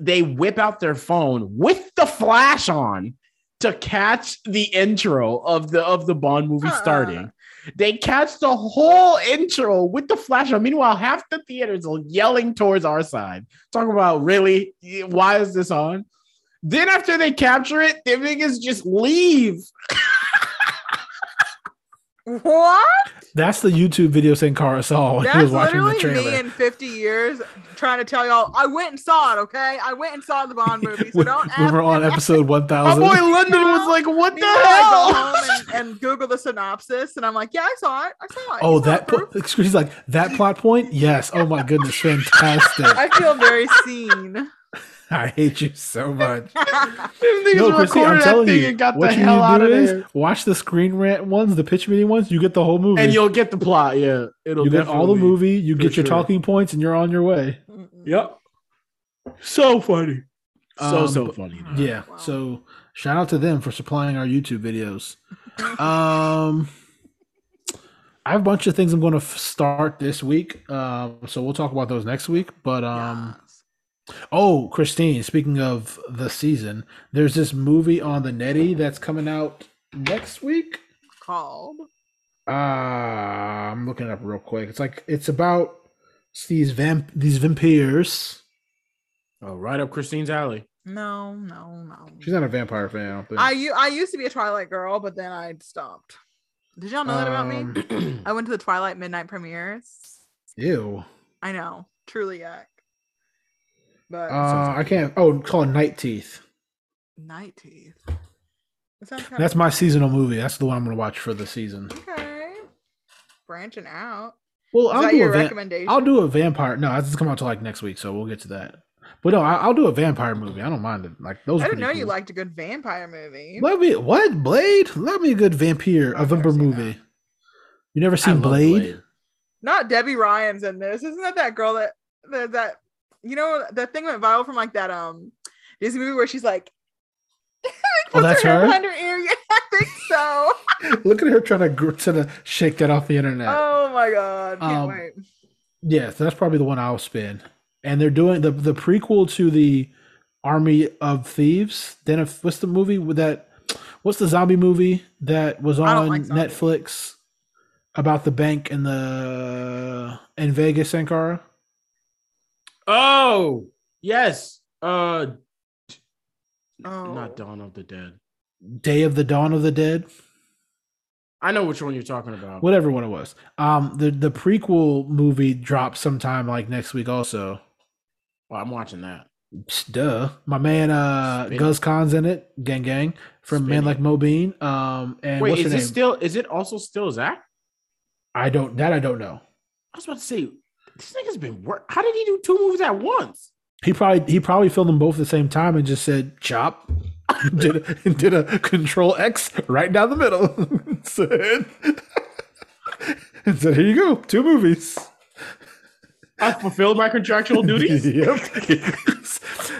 they whip out their phone with the flash on to catch the intro of the of the Bond movie Uh-uh. starting. They catch the whole intro with the flash on. Meanwhile, half the theaters are yelling towards our side, talking about really why is this on? Then after they capture it, the niggas just leave. What? That's the YouTube video saying Kara saw when Oh. he That's was watching the literally trailer. me in 50 years trying to tell y'all I went and saw it. Okay, I went and saw the Bond movie. So when, don't ask when we're me on episode My 1000 boy London was like, "What the Meanwhile, I go hell?" home and, and Google the synopsis, and I'm like, yeah, I saw it. I saw it. oh You saw that it, bro. po- excuse he's like that plot point yes oh my goodness fantastic I feel very seen. i hate you so much Them niggas no christy i'm recorded that telling thing you and got what the you hell need out to of do is there. watch the screen rant ones the pitch meeting ones you get the whole movie and you'll get the plot. Yeah, it'll you get all the definitely- movie you for get your sure. talking points and you're on your way Yep. So funny. So Um, so funny. dude. yeah Wow. so shout out to them for supplying our youtube videos um i have a bunch of things i'm going to f- start this week um so we'll talk about those next week but um Yes. Oh, Christine, speaking of the season, there's this movie on the Netty that's coming out next week. called. Uh, I'm looking it up real quick. It's like it's about these vamp these vampires. Oh, right up Christine's alley. No, no, no. She's not a vampire fan. I, don't think. I u- I used to be a Twilight girl, but then I stopped. Did y'all know that about me? Um, I went to the Twilight midnight premieres. Ew. I know, truly yuck. But Uh, I can't. Oh, call it Night Teeth. night teeth. That sounds kinda- That's my seasonal movie. That's the one I'm gonna watch for the season. okay. Branching out. Well, Is I'll that do your a va- recommendation? I'll do a vampire. No, that's coming out till like next week, so we'll get to that. But no, I, will do a vampire movie. I don't mind it. Like those. I are didn't know pretty you cool. liked a good vampire movie. Let me what Blade? Let me a good vampire a I've never vampire seen that. movie. You never I seen love Blade? Not Debbie Ryan's in this. Isn't that that girl that that, that you know that thing went viral from like that um Disney movie where she's like. like, puts Oh, that's hair her? behind her ear. Yeah, I think so. Look at her trying to gr- trying to shake that off the internet. oh my god! Can't Um, wait. Yes, that's probably the one I'll spin. And they're doing the the prequel to the Army of Thieves. Then if what's the movie with that? What's the zombie movie that was I don't on like zombies. Netflix about the bank in the in Vegas, Sankara? Oh yes. Uh, Oh. not Dawn of the Dead. Day of the Dawn of the Dead, I know which one you're talking about. whatever one it was. Um, the the prequel movie drops sometime like next week. Also, Oh, I'm watching that. Psh, duh, my man uh Spin it. Gus Khan's in it. Gang gang from Spin Man it. Like Mo Bean. Um, and Wait, what's is her it name? still? Is it also still Zach? I don't that I don't know. I was about to say this nigga's been work. How did he do two movies at once? He probably he probably filmed them both at the same time and just said chop. did a, did a control X right down the middle. said, and said, here you go, two movies. I fulfilled my contractual duties. yep.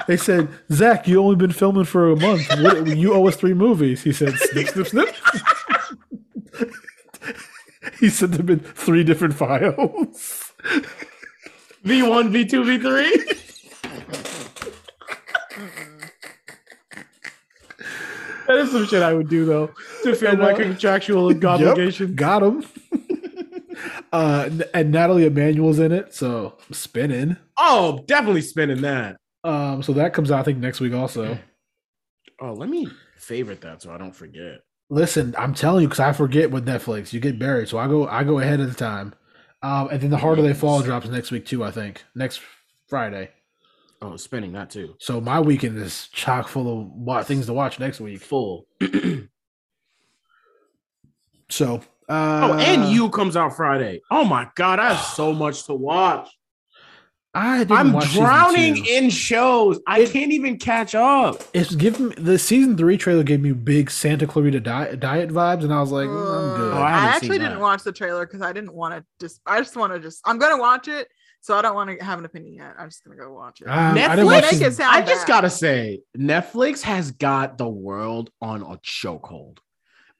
they said, Zach, you only been filming for a month. What, you owe us three movies. He said, snip, snip, snip. he sent them in three different files. V one, V two, V three. That is some shit I would do though to fill And, my uh, contractual obligation. Got him. uh, n- and Natalie Emanuel's in it, so spinning. Oh, definitely spending that. Um, so that comes out I think next week also. Oh, let me favorite that so I don't forget. Listen, I'm telling you because I forget with Netflix, you get buried. So I go, I go ahead of the time. Um, and then the harder they fall drops next week too. I think next Friday. Oh, spending that too. So my weekend is chock full of wa- things to watch next week. Full. So uh, Oh, and you comes out Friday. Oh my god, I have so much to watch. I didn't I'm watch season drowning two. in shows. I can't even catch up. It's giving me- the season three trailer gave me big Santa Clarita diet, diet vibes, and I was like, mm, I'm Uh, good. Oh, I, I haven't seen actually didn't that. watch the trailer because I didn't want to just I just want to just I'm gonna watch it, so I don't want to have an opinion yet. I'm just gonna go watch it. Um, I didn't Netflix? watch Make the- it sound I just bad. gotta say, Netflix has got the world on a chokehold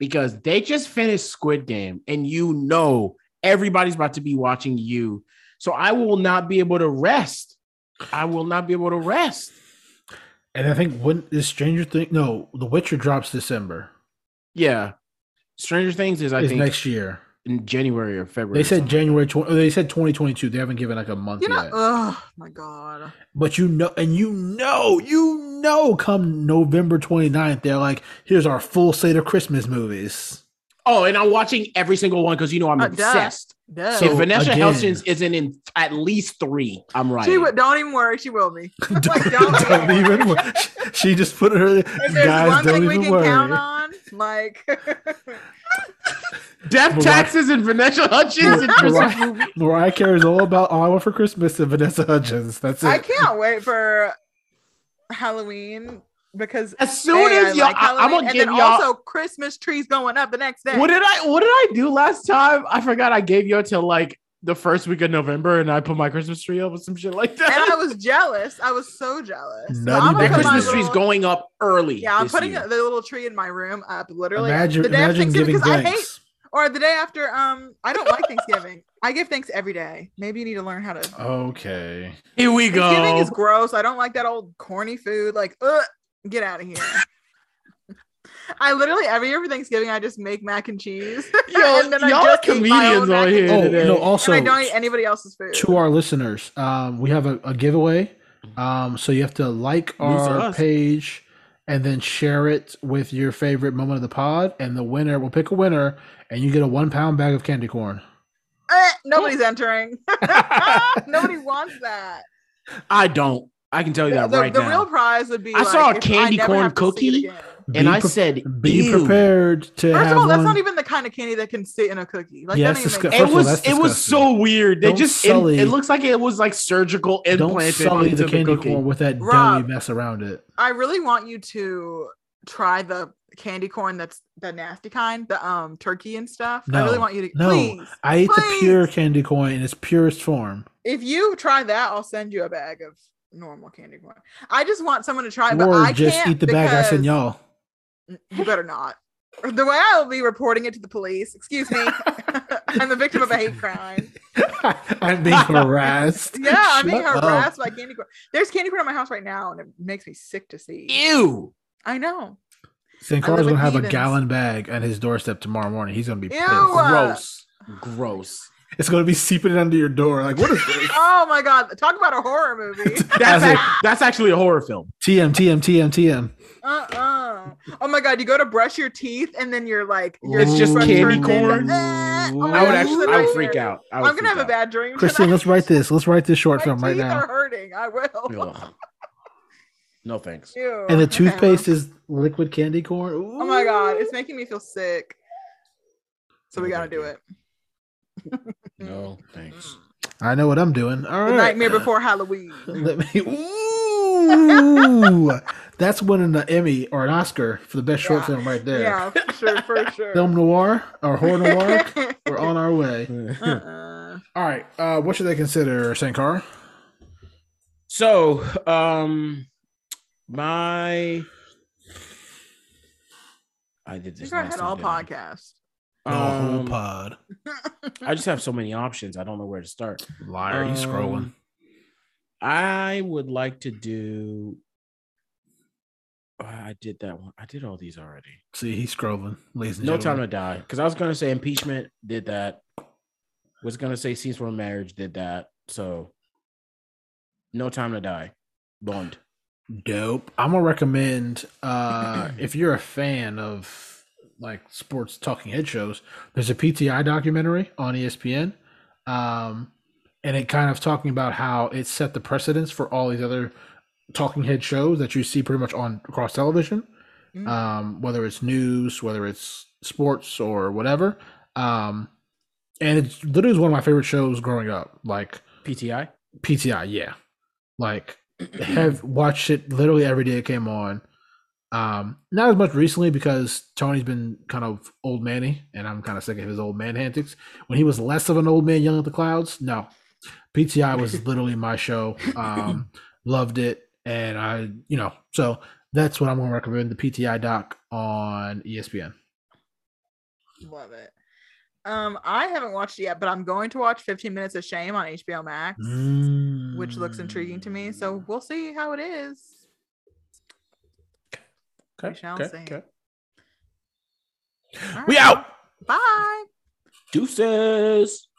because they just finished Squid Game, and you know everybody's about to be watching you. So I will not be able to rest. I will not be able to rest. And I think when is Stranger Thing? No, The Witcher drops December. Yeah, Stranger Things is I It's think next year. in January or February. They or said something. January twenty. They said twenty twenty two. They haven't given like a month you know, yet. oh my god. but you know, and you know, you know, come November 29th, they're like, here's our full slate of Christmas movies. Oh, and I'm watching every single one because you know I'm Uh, duh. obsessed. Duh. So- if Vanessa again- Hudgens isn't in at least three, I'm right. she would don't even worry, she will be. don't, don't don't even. wor- She just put her. If there's Guys, one don't thing we even can worry. count on, like Death Mariah- taxes and Vanessa Hudgens and Christmas Mariah- Mariah Carey's all about all I want for Christmas and Vanessa Hudgens. That's it. I can't wait for Halloween because As soon man, as y'all, like I, am Halloween, gonna and give then y'all. also Christmas trees going up the next day. what did I? What did I do last time? I forgot. I gave y'all till like the first week of November, and I put my Christmas tree up or some shit like and I that. was jealous. I was so jealous. So Nutty I'm The gonna put my Christmas tree's little- going up early. Yeah, I'm this putting year. the little tree in my room up literally Imagine, the day after imagine Thanksgiving giving because I hate thanks. or the day after. Um, I don't like Thanksgiving. I give thanks every day. Maybe you need to learn how to. Okay. Here we Thanksgiving go. is gross. I don't like that old corny food. Like, ugh, get out of here. I literally every year for Thanksgiving I just make mac and cheese. Yo, and then I y'all are just eat my comedians own on mac and here Oh, today. no, also, and I don't eat anybody else's food. to our listeners, um, we have a, a giveaway. Um, so you have to like News to our us. page and then share it with your favorite moment of the pod, and the winner will pick a winner, and you get a one pound bag of candy corn. Eh, nobody's entering. Nobody wants that. I don't. I can tell you that the right the now. real prize would be I like, saw a if candy never corn have to see it cookie. again. and Be I pre- said, Be "Ew." prepared to First have of all, that's one. not even the kind of candy that can sit in a cookie. Like Yeah, that it's ain't even- disgu- It First of all, was that's it was disgusting. so weird. They Don't just in- sully- it looks like it was like surgical Don't implanted sully into the the candy cookie. corn with that Rob. doughy mess around it. I really want you to try the candy corn that's the nasty kind, the um turkey and stuff. I really No, want you to no. please. I ate the pure Please. candy corn in its purest form. If you try that, I'll send you a bag of normal candy corn. I just want someone to try it, but or I just can't eat the bag I sent because- y'all. You better not. The way I will be reporting it to the police. Excuse me. I'm the victim of a hate crime. I'm being harassed. Yeah, I'm being Shut up. harassed by candy corn. There's candy corn at my house right now, and it makes me sick to see. Ew. I know. Sankara's with gonna have a heathens. gallon bag at his doorstep tomorrow morning. He's gonna be pissed. Ew. Gross. Gross. It's gonna be seeping under your door. Like what is this? Oh my god! Talk about a horror movie. That's, As a- act- that's actually a horror film. TM TM TM TM. Uh-uh. Oh my god, you go to brush your teeth and then you're like your It's just toothbrush candy turns into- corn. Eh. Oh my I God, would this is actually a I would nightmare. freak out. I would I'm gonna have a bad dream. Christine, let's write this. Let's write this short My film right teeth now. are hurting. I will. bad. No thanks. Ew. And the Okay, well. toothpaste is liquid candy corn. Oh my god, it's making me feel sick. So we Oh, gotta dear. do it. No Mm. thanks. I know what I'm doing. All The right. nightmare before Halloween. Let me. Ooh, that's winning an Emmy or an Oscar for the best short Yeah. film right there. Yeah, for sure, for sure. Film noir or horror noir. We're on our way. uh-uh. All right. Uh, what should they consider, Sankar? So, um, my. I did I this. think I last had time, all didn't I? podcasts. Um, pod. I just have so many options. I don't know where to start. Liar, you scrolling. Um, I would like to do. Oh, I did that one. I did all these already. See, he's scrolling. Ladies and No time gentlemen. to die. Because I was gonna say impeachment did that. Was gonna say scenes from a marriage did that. So, no time to die. Bond. Dope. I'm gonna recommend uh if you're a fan of like sports talking head shows, there's a PTI documentary on E ESPN. Um and it kind of talking about how it set the precedence for all these other talking head shows that you see pretty much on across television. Mm. Um, whether it's news, whether it's sports or whatever. Um and it's literally was one of my favorite shows growing up. Like PTI. PTI, yeah. Like have watched it literally every day it came on. Um, not as much recently because Tony's been kind of old manny, and I'm kind of sick of his old man antics. When he was less of an old man yelling at the clouds, no, PTI was literally my show. Um, loved it, and I, you know, so that's what I'm going to recommend the PTI doc on E ESPN. Love it. Um, I haven't watched it yet, but I'm going to watch 15 Minutes of Shame on HBO Max, which looks intriguing to me. So we'll see how it is. Okay. We shall see. All We right. out. Bye. Deuces.